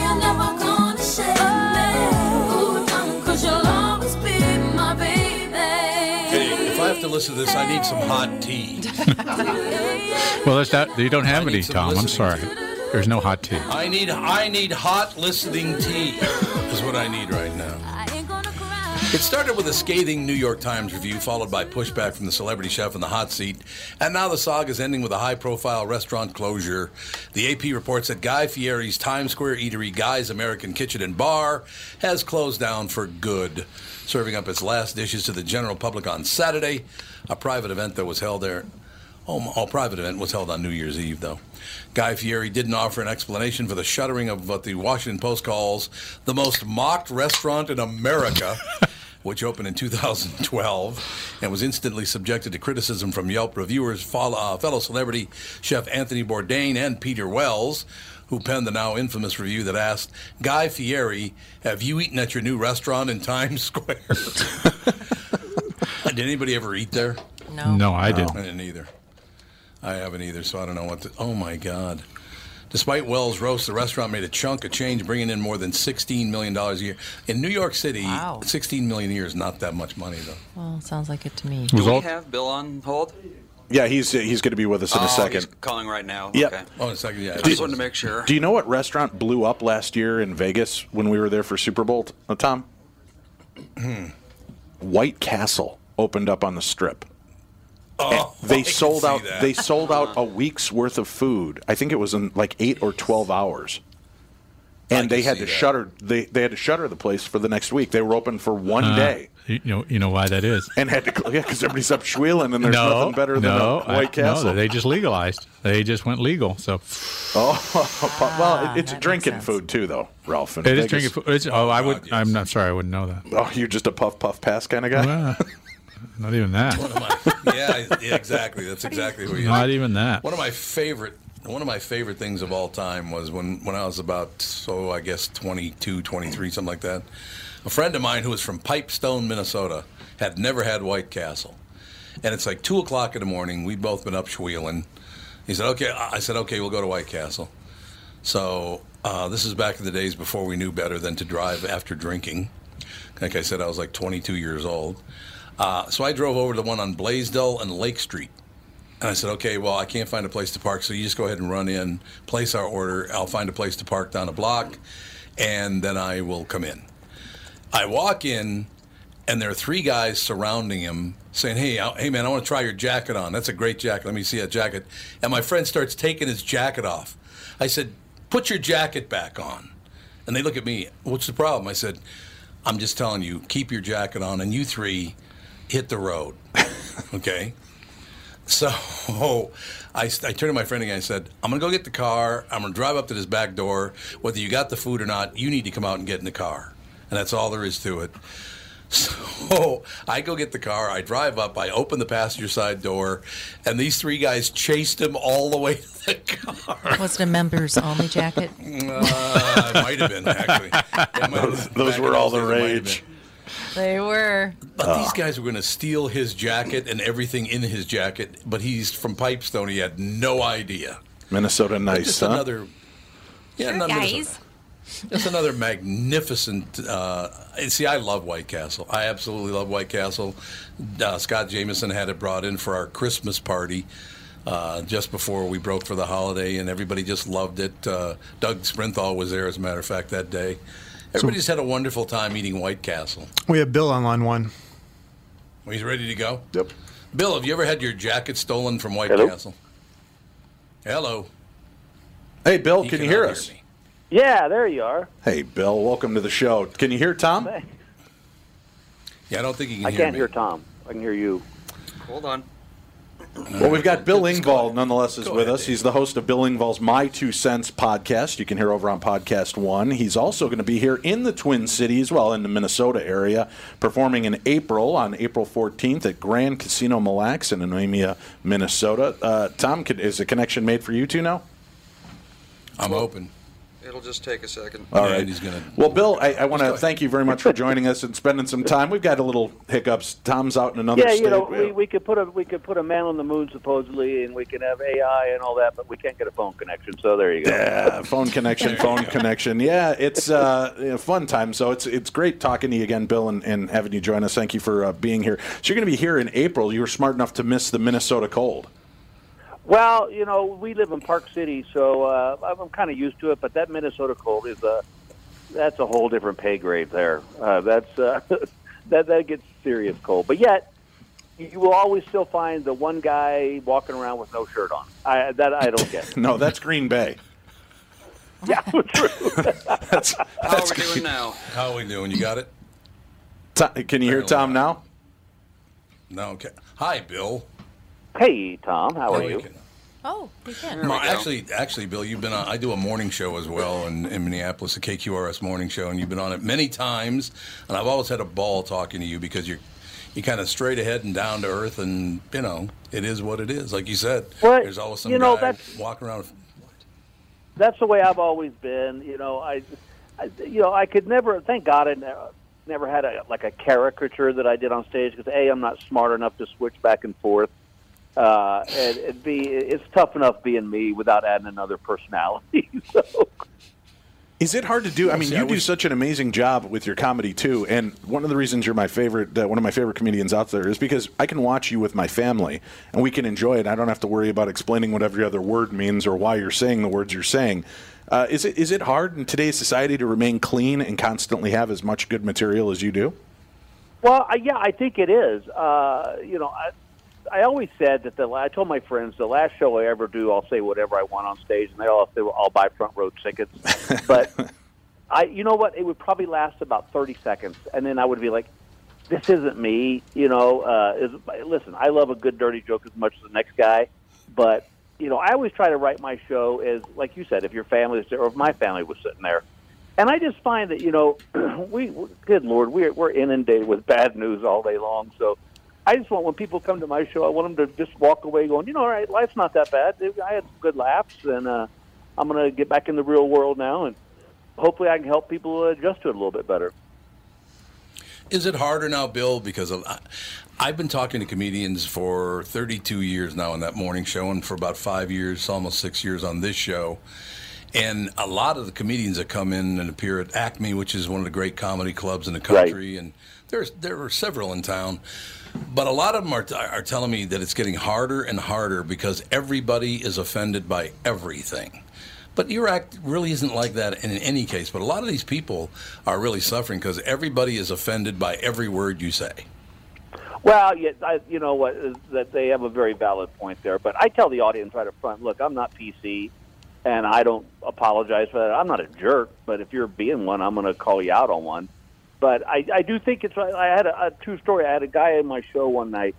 A: If I have to listen to this, I need some hot tea.
C: Well, that's not. You don't have any, Tom. I'm sorry. There's no hot tea.
A: I need I need hot listening tea is what I need right now. It started with a scathing New York Times review, followed by pushback from the celebrity chef in the hot seat, and now the saga is ending with a high-profile restaurant closure. The AP reports that Guy Fieri's Times Square eatery, Guy's American Kitchen and Bar, has closed down for good, serving up its last dishes to the general public on Saturday, a private event that was held there Oh, a private event was held on New Year's Eve, though. Guy Fieri didn't offer an explanation for the shuttering of what the Washington Post calls the most mocked restaurant in America, which opened in 2012 and was instantly subjected to criticism from Yelp reviewers, follow, uh, fellow celebrity chef Anthony Bourdain and Peter Wells, who penned the now infamous review that asked, Guy Fieri, have you eaten at your new restaurant in Times Square? Did anybody ever eat there?
E: No.
C: No,
H: Oh.
C: I didn't.
A: I didn't either. I haven't either, so I don't know what to. Oh my God. Despite Wells' roast, the restaurant made a chunk of change, bringing in more than $16 million a year. In New York City, $16 million a year is not that much money, though.
E: Well, it sounds like it to me.
H: Do we Result-
B: have Bill on hold?
H: Yeah, he's he's going to be with us in
B: Oh,
H: a second.
B: He's calling right now.
H: Yeah.
B: Okay.
A: Oh, in a second. Yeah.
B: I just wanted to make sure.
H: Do you know what restaurant blew up last year in Vegas when we were there for Super Bowl, t- uh, Tom? White Castle opened up on the Strip.
A: Oh,
H: they
A: I can
H: sold
A: see
H: out.
A: that.
H: They sold out
C: Uh-huh.
H: a week's worth of food. I think it was in like eight or twelve hours, and they had to shutter. They they had to shutter the place for the next week. They were open for one
C: Uh,
H: day
C: You know, you know why that is.
H: and had to cl- yeah because everybody's up Schweelin and there's
C: no,
H: nothing better than
C: no,
H: a White
C: I- no,
H: Castle.
C: they just legalized. They just went legal. So Ah,
H: oh, well, it, it's drinking food too, though, Ralph. in
C: it is
H: Vegas.
C: drinking food. It's, oh, I
A: Ah,
C: would. I'm not sorry. I wouldn't know that.
H: Oh, you're just a puff puff pass kind of guy.
C: Well, not even that.
A: yeah, I- yeah, exactly. That's exactly what you.
C: Not even that.
A: One of my favorite, one of my favorite things of all time was when when I was about so I guess 22, 23, something like that. A friend of mine who was from Pipestone, Minnesota, had never had White Castle, and it's like two o'clock in the morning. We'd both been up schweeling. He said, "Okay," I I said, "Okay, we'll go to White Castle." So uh, this is back in the days before we knew better than to drive after drinking. Like I said, I was like 22 years old. Uh, so I drove over to the one on Blaisdell and Lake Street. And I said, okay, well, I can't find a place to park, so you just go ahead and run in, place our order. I'll find a place to park down a block, and then I will come in. I walk in, and there are three guys surrounding him saying, hey, I- hey man, I want to try your jacket on. That's a great jacket. Let me see that jacket. And my friend starts taking his jacket off. I said, put your jacket back on. And they look at me, what's the problem? I said, I'm just telling you, keep your jacket on, and you three hit the road. Okay? So I, I turned to my friend again. I said, I'm going to go get the car. I'm going to drive up to this back door. Whether you got the food or not, you need to come out and get in the car. And that's all there is to it. So I go get the car. I drive up. I open the passenger side door. And these three guys chased him all the way to the
E: Was it a members only jacket?
A: Uh, it might have been, actually. It might have
H: Those,
A: been.
H: those
A: Back
H: were
A: in
H: all
A: those
H: the
A: days, it might have
H: rage. Ah.
E: They were.
A: But these guys were going to steal his jacket and everything in his jacket. But he's from Pipestone. He had no idea.
H: Minnesota nice,
A: Just
H: huh?
A: another. Yeah,
E: Sure,
A: not
E: guys.
A: Minnesota. Just another magnificent. Uh, and see, I love White Castle. I absolutely love White Castle. Uh, Scott Jameson had it brought in for our Christmas party. Uh, just before we broke for the holiday, and everybody just loved it. Uh, Doug Sprinthal was there, as a matter of fact, that day. Everybody just had a wonderful time eating White Castle.
D: We have Bill on line one.
A: Well, he's ready to go. Yep. Bill, have you ever had your jacket stolen from White
D: Hello?
A: Castle? Hello.
H: Hey, Bill, Oh, can you hear
A: cannot
H: us?
L: Yeah, there you are.
H: Hey, Bill, welcome to the show. Can you hear Tom?
L: Thanks.
A: Yeah, I don't think you
L: I can't hear Tom. I can hear you.
B: Hold on.
H: Well, we've got Bill Ingvall, nonetheless, is with us. He's the host of Bill Ingvall's My Two Cents podcast. You can hear over on Podcast One. He's also going to be here in the Twin Cities, well, in the Minnesota area, performing in April on April 14th at Grand Casino Mille Lacs in Anemia, Minnesota. Uh, Tom, could, is a connection made for you two now?
A: I'm open.
B: It'll just take a second.
H: All right. well, Bill, I, I want to thank you very much for joining us and spending some time. We've got a little hiccups. Tom's out in another
L: yeah,
H: state.
L: you know, we, we could put a we could put a man on the moon supposedly, and we can have AI and all that, but we can't get a phone connection. So there you go.
H: Yeah, phone connection, phone connection. Yeah, it's uh, a fun time. So it's it's great talking to you again, Bill, and, and having you join us. Thank you for uh, being here. So you're going to be here in April. You were smart enough to miss the Minnesota cold.
L: Well, you know, we live in Park City, so uh, I'm- I'm kind of used to it. But that Minnesota cold is uh, a that's a whole different pay grade there. Uh, that's uh, that that gets serious cold. But yet, you will always still find the one guy walking around with no shirt on. I, that I don't get.
H: No, that's Green Bay.
L: yeah, true.
H: that's,
B: How are we doing now?
A: How are we doing? You got it?
H: To- can you hear Tom now?
A: No. Okay. Hi, Bill.
L: Hey, Tom. How
A: are you?
E: Oh, we can.
A: Well, actually, actually, Bill, you've been on. I do a morning show as well in, in Minneapolis, the KQRS morning show, and you've been on it many times. And I've always had a ball talking to you because you're you're kind of straight ahead and down to earth, and you know it is what it is. Like you said,
L: Well,
A: there's always some
L: you know,
A: guy
L: that's-
A: walking around.
H: that's the way I've always been. You know, I, I you know, I could never. Thank God, I never, never had a like a caricature that I did on stage because a, I'm not smart enough to switch back and forth, uh, and, and b, it's tough enough being me without adding another personality. so
D: Is it hard to do? I mean,
H: See,
D: you
H: I
D: do such an amazing job with your comedy too, and one of the reasons you're my favorite, uh, one of my favorite comedians out there, is because I can watch you with my family, and we can enjoy it. I don't have to worry about explaining what every other word means or why you're saying the words you're saying. Uh, is it is it hard in today's society to remain clean and constantly have as much good material as you do?
H: Well, I, yeah, I think it is. Uh, you know, I, I always said that the la- I told my friends the last show I ever do, I'll say whatever I want on stage, and they all they will all buy front row tickets. but I, you know what, it would probably last about thirty seconds, and then I would be like, "This isn't me." You know, uh, is, listen, I love a good dirty joke as much as the next guy, but you know, I always try to write my show as, like you said, if your family was there or if my family was sitting there. And I just find that you know, we good lord, we're we're inundated with bad news all day long. So I just want when people come to my show, I want them to just walk away going, you know, all right, life's not that bad. I had some good laughs, and uh, I'm going to get back in the real world now, and hopefully I can help people adjust to it a little bit better.
A: Is it harder now, Bill? Because of, I, I've been talking to comedians for 32 years now on that morning show, and for about five years, almost six years on this show. And a lot of the comedians that come in and appear at Acme, which is one of the great comedy clubs in the country, and there's there are several in town, but a lot of them are, are telling me that it's getting harder and harder because everybody is offended by everything. But your act really isn't like that in any case. But a lot of these people are really suffering because everybody is offended by every word you say.
H: Well, yeah, I, you know what? is That they have a very valid point there. But I tell the audience right up front, look, I'm not PC, and I don't apologize for that. I'm not a jerk, but if you're being one, I'm going to call you out on one. But I, I do think it's. I had a, a true story. I had a guy in my show one night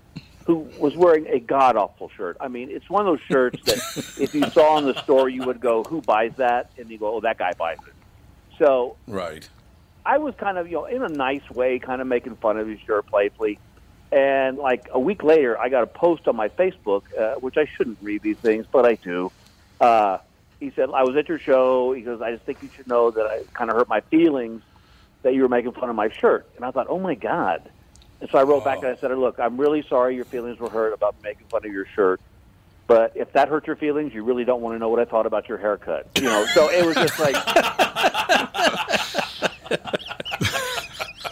H: who was wearing a god awful shirt. I mean, it's one of those shirts that if you saw in the store, you would go, "Who buys that?" And you go, "Oh, that guy buys it." So
A: Right.
H: I was kind of, you know, in a nice way, kind of making fun of his shirt playfully. And like a week later, I got a post on my Facebook, uh, which I shouldn't read these things, but I do. Uh, he said, I was at your show. He goes, I just think you should know that I kind of hurt my feelings that you were making fun of my shirt. And I thought, oh my God. And so I wrote back and I said, look, I'm really sorry your feelings were hurt about making fun of your shirt. But if that hurt your feelings, you really don't want to know what I thought about your haircut. You know, so it was just like,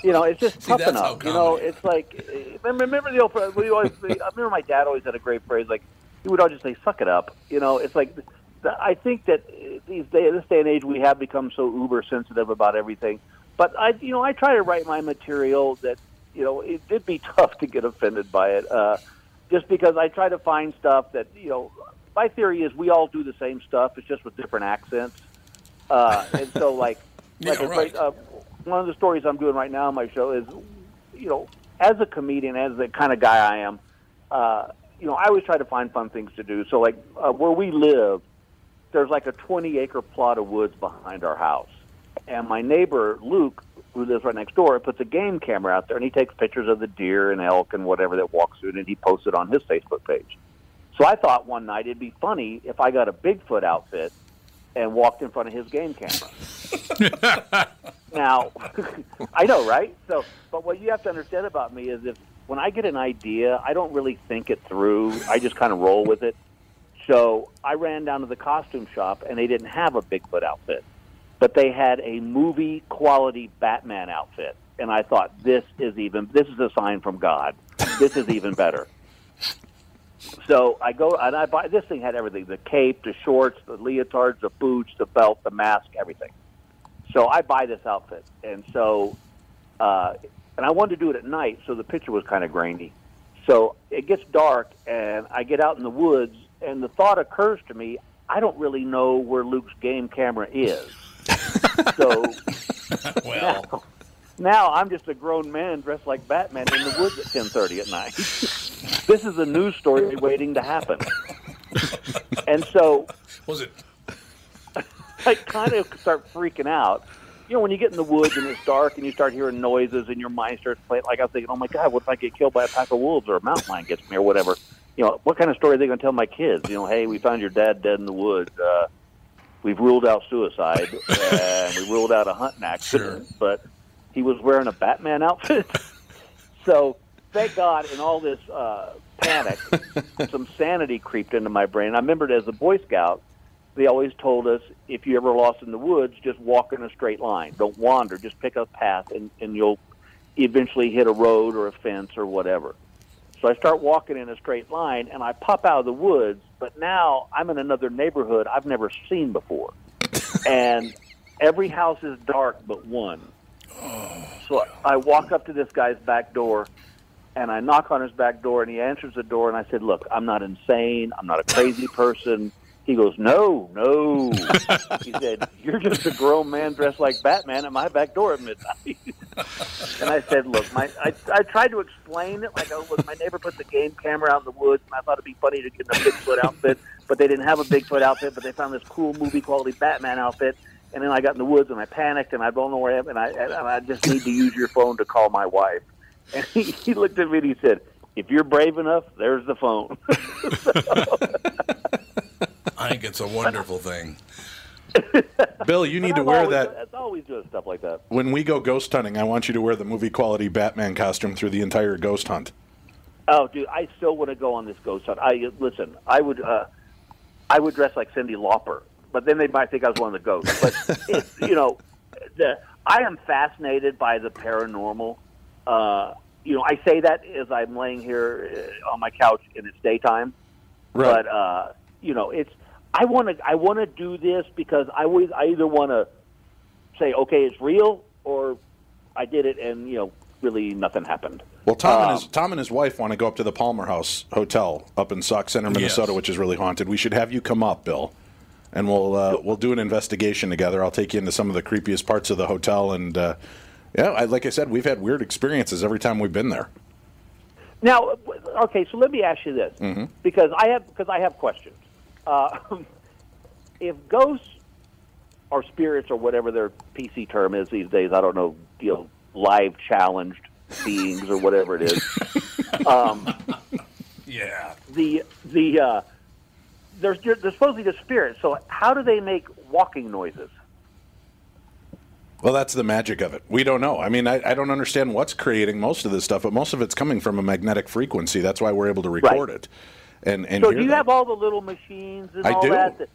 H: you know, it's just
M: See,
H: tough
M: that's how
H: enough. You know, it's like eh, remember the old. phrase- We always. I remember my dad always had a great phrase like he would always just say "suck it up." You know, it's like th- I think that eh, these day, this day and age, we have become so uber sensitive about everything. But I, you know, I try to write my material that you know it, it'd be tough to get offended by it, uh, just because I try to find stuff that you know. My theory is we all do the same stuff. It's just with different accents. Uh, and so, like,
M: Yeah,
H: like a
M: right.
H: great, uh, one of the stories I'm doing right now on my show is, you know, as a comedian, as the kind of guy I am, uh, you know, I always try to find fun things to do. So, like, uh, where we live, there's like a 20 acre plot of woods behind our house. And my neighbor, Luke, who lives right next door, puts a game camera out there and he takes pictures of the deer and elk and whatever that walks through it and he posts it on his Facebook page. So I thought one night it'd be funny if I got a Bigfoot outfit and walked in front of his game camera. now, I know, right? So, but what you have to understand about me is if when I get an idea, I don't really think it through. I just kind of roll with it. So I ran down to the costume shop, and they didn't have a Bigfoot outfit, but they had a movie quality Batman outfit, and I thought this is even this is a sign from God. This is even better. So I go and I buy this thing had everything the cape, the shorts, the leotards, the boots, the belt, the mask, everything. So I buy this outfit, and so uh, and I wanted to do it at night, so the picture was kind of grainy. So it gets dark, and I get out in the woods, and the thought occurs to me: I don't really know where Luke's game camera is. so well. Now, now I'm just a grown man dressed like Batman in the woods at 10:30 at night. this is a news story waiting to happen. and so
A: was it
H: I kind of start freaking out. You know, when you get in the woods and it's dark and you start hearing noises and your mind starts playing, like I was thinking, oh my God, what if I get killed by a pack of wolves or a mountain lion gets me or whatever? You know, what kind of story are they going to tell my kids? You know, hey, we found your dad dead in the woods. Uh, we've ruled out suicide and we ruled out a hunting accident, but he was wearing a Batman outfit. so thank God in all this uh, panic, some sanity creeped into my brain. I remembered as a Boy Scout, they always told us if you ever lost in the woods, just walk in a straight line. Don't wander. Just pick a path and, and you'll eventually hit a road or a fence or whatever. So I start walking in a straight line and I pop out of the woods, but now I'm in another neighborhood I've never seen before. and every house is dark but one. So I walk up to this guy's back door and I knock on his back door and he answers the door and I said, Look, I'm not insane. I'm not a crazy person. He goes, No, no. he said, You're just a grown man dressed like Batman at my back door at midnight. and I said, Look, my I, I tried to explain it like I was my neighbor put the game camera out in the woods and I thought it'd be funny to get in a Bigfoot outfit, but they didn't have a Bigfoot outfit, but they found this cool movie quality Batman outfit and then I got in the woods and I panicked and I don't know where I am and I and I just need to use your phone to call my wife. And he, he looked at me and he said, "If you're brave enough, there's the phone."
A: I think it's a wonderful thing.
D: Bill, you need to
H: I've
D: wear
H: always-
D: that.
H: That's always doing stuff like that.
D: When we go ghost hunting, I want you to wear the movie quality Batman costume through the entire ghost hunt.
H: Oh, dude, I still want to go on this ghost hunt. I listen. I would, uh, I would dress like Cindy Lauper, but then they might think I was one of the ghosts. But it's, you know, the I am fascinated by the paranormal. Uh, you know, I say that as I'm laying here uh, on my couch and it's daytime.
N: Right.
H: But uh, you know, it's I want to I want to do this because I always I either want to say okay, it's real, or I did it and you know, really nothing happened. Um,
D: Well, Tom and his Tom and his wife want to go up to the Palmer House Hotel up in Sauk Center, Minnesota, which is really haunted. We should have you come up, Bill, and we'll uh, we'll do an investigation together. I'll take you into some of the creepiest parts of the hotel, and uh, yeah, I, like I said, we've had weird experiences every time we've been there.
H: Now, okay, so let me ask you this
D: Mm-hmm.
H: because I have because I have questions. Uh, if ghosts or spirits or whatever their PC term is these days, I don't know, you know, live challenged beings or whatever it is. Um,
A: yeah.
H: The the uh, they're, they're supposedly the spirits. So how do they make walking noises?
D: Well, that's the magic of it. We don't know. I mean, I, I don't understand what's creating most of this stuff, but most of it's coming from a magnetic frequency. That's why we're able to record it. And and
H: so
D: hear
H: do you
D: that.
H: have all the little machines and
D: I
H: all
D: do.
H: that, that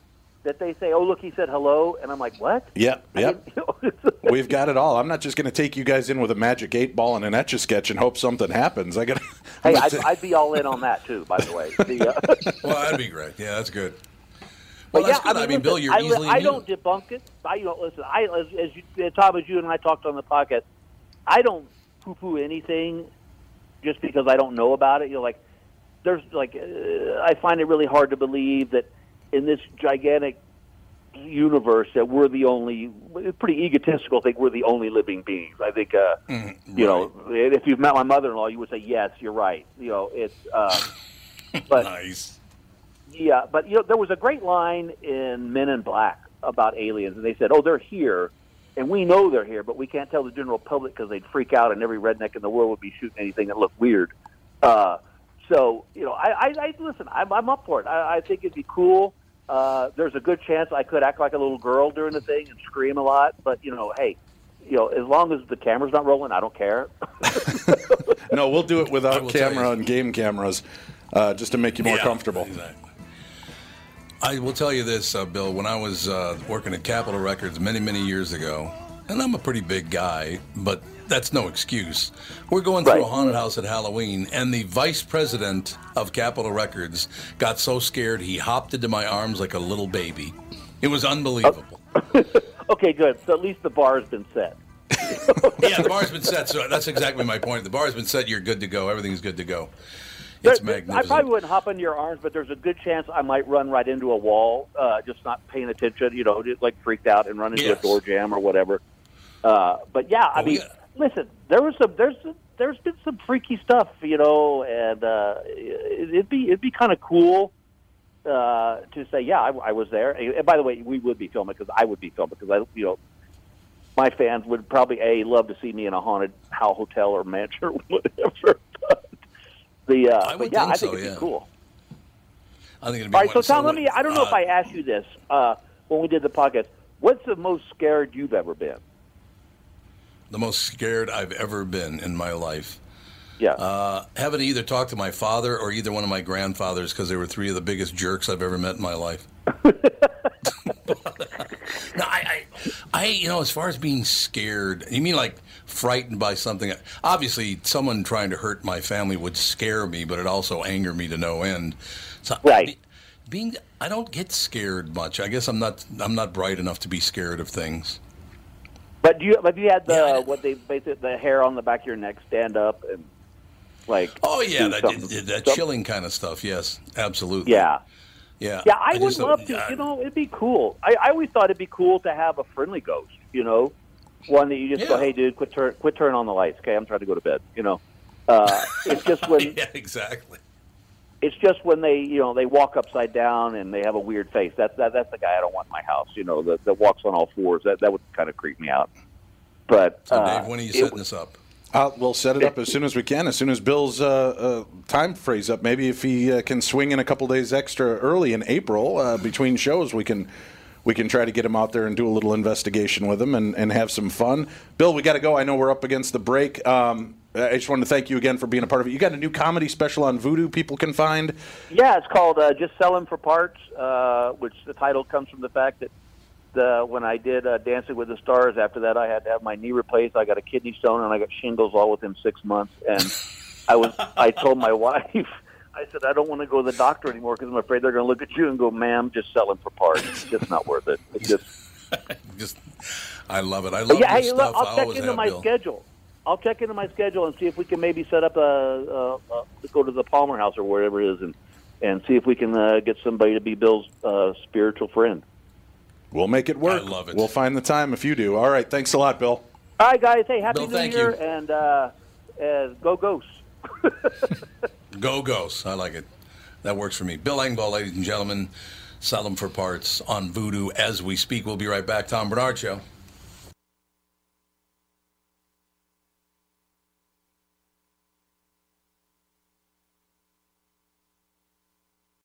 H: that they say? Oh, look, he said hello, and I'm like, what?
D: Yeah, yeah. We've got it all. I'm not just going to take you guys in with a magic eight ball and an etch a sketch and hope something happens. I got.
H: Hey, I'd, I'd be all in on that too. By the way, the, uh,
A: Well, that'd be great. Yeah, that's good.
H: But
A: Well, that's
H: yeah,
A: good. I mean,
H: listen,
A: Bill, you're
H: I, li-
A: easily
H: I don't debunk it. I don't listen. I as, as you, uh, Tom, as you and I talked on the podcast, I don't poo-poo anything just because I don't know about it. You know, like there's like uh, I find it really hard to believe that in this gigantic universe that we're the only it's pretty egotistical to think we're the only living beings. I think uh,
A: Mm-hmm.
H: you know if you've met my mother-in-law, you would say yes, you're right. You know, it's uh, but
A: nice.
H: yeah, but you know, there was a great line in Men in Black about aliens, and they said, "Oh, they're here, and we know they're here, but we can't tell the general public because they'd freak out, and every redneck in the world would be shooting anything that looked weird." Uh, so, you know, I, I, I listen. I'm, I'm up for it. I, I think it'd be cool. Uh, there's a good chance I could act like a little girl during the thing and scream a lot, but you know, hey, you know, as long as the camera's not rolling, I don't care.
D: no, we'll do it without camera and game cameras, uh, just to make you more
A: Yeah,
D: comfortable.
A: I will tell you this, uh, Bill. When I was uh, working at Capitol Records many, many years ago, and I'm a pretty big guy, but that's no excuse. We're going through a haunted house at Halloween, and the vice president of Capitol Records got so scared he hopped into my arms like a little baby. It was unbelievable.
H: Oh. okay, good. So at least the bar's been set.
A: yeah, the bar's been set. So that's exactly my point. The bar's been set. You're good to go. Everything's good to go. It's
H: There- there-
A: magnificent.
H: I probably wouldn't hop into your arms, but there's a good chance I might run right into a wall, uh, just not paying attention, you know, just like freaked out and run into
A: Yes.
H: a door jam or whatever. Uh, but yeah, I
A: Oh,
H: mean,
A: yeah.
H: listen, there was some, there's, there's been some freaky stuff, you know, and uh, it, it'd be, it'd be kind of cool uh, to say, yeah, I, I was there. And by the way, we would be filming because I would be filming because I, you know, my fans would probably a love to see me in a haunted how hotel or mansion or whatever. But the uh,
A: would
H: but yeah,
A: think
H: I think
A: so,
H: it'd
A: yeah.
H: be cool.
A: I think it'd be
H: All right, so
A: one-
H: Tom, let
A: someone-
H: me. I don't know if
A: uh,
H: I asked you this. Uh, when we did the podcast. What's the most scared you've ever been?
A: the most scared I've ever been in my life.
H: Yeah.
A: Uh, having to either talk to my father or either one of my grandfathers because they were three of the biggest jerks I've ever met in my life. no, I, I, I, you know, as far as being scared, you mean like frightened by something? Obviously, someone trying to hurt my family would scare me, but it also angered me to no end. So right. being, I don't get scared much. I guess I'm not, I'm not bright enough to be scared of things.
H: But do you have you had the what they basically the hair on the back of your neck stand up and like?
A: Oh yeah,
H: do
A: that,
H: something-
A: that- that
H: something-
A: chilling kind of stuff. Yes, absolutely.
H: Yeah.
A: yeah.
H: Yeah, I, would
A: just don't-
H: love to.
A: I-
H: you know, it'd be cool. I, I always thought it'd be cool to have a friendly ghost. You know, one that you just go, "Hey, dude, quit turn quit turn on the lights." Okay, I'm trying to go to bed. You know, uh, it's just when
A: yeah, exactly.
H: it's just when they you know they walk upside down and they have a weird face. That's that, that's the guy I don't want in my house. You know, that, that walks on all fours. That that would kind of creep me out. But
C: So,
H: uh,
C: Dave,
A: when are you
H: it
A: setting this up?
C: Uh, we'll set it up as soon as we can. As soon as Bill's uh, uh, time frees up, maybe if he uh, can swing in a couple days extra early in April uh, between shows, we can we can try to get him out there and do a little investigation with him and, and have some fun. Bill, we got to go. I know we're up against the break. Um, I just wanted to thank you again for being a part of it. You got a new comedy special on Voodoo people can find.
H: Yeah, it's called uh, "Just Sell 'Em for Parts," uh, which the title comes from the fact that the, when I did uh, Dancing with the Stars, after that I had to have my knee replaced. I got a kidney stone and I got shingles all within six months. And I was, I told my wife, I said, I don't want to go to the doctor anymore because I'm afraid they're going to look at you and go, "Ma'am, just sell 'em for parts. It's just not worth it." It's just
A: Just, I love it. I love
H: yeah,
A: your
H: hey,
A: stuff.
H: look, I'll
A: I
H: check
A: always
H: into
A: have,
H: my
A: Bill.
H: schedule. I'll check into my schedule and see if we can maybe set up a, a, a go to the Palmer House or wherever it is, and and see if we can uh, get somebody to be Bill's uh, spiritual friend.
C: We'll make it work. I love it. We'll find the time if you do. All right. Thanks a lot, Bill.
H: All right, guys. Hey, happy
C: Bill,
H: New
C: thank
H: Year and uh, uh, go Ghosts.
A: Go Ghosts. I like it. That works for me. Bill Engvall, ladies and gentlemen. Sell 'em for parts on Voodoo as we speak. We'll be right back. Tom Bernard Show.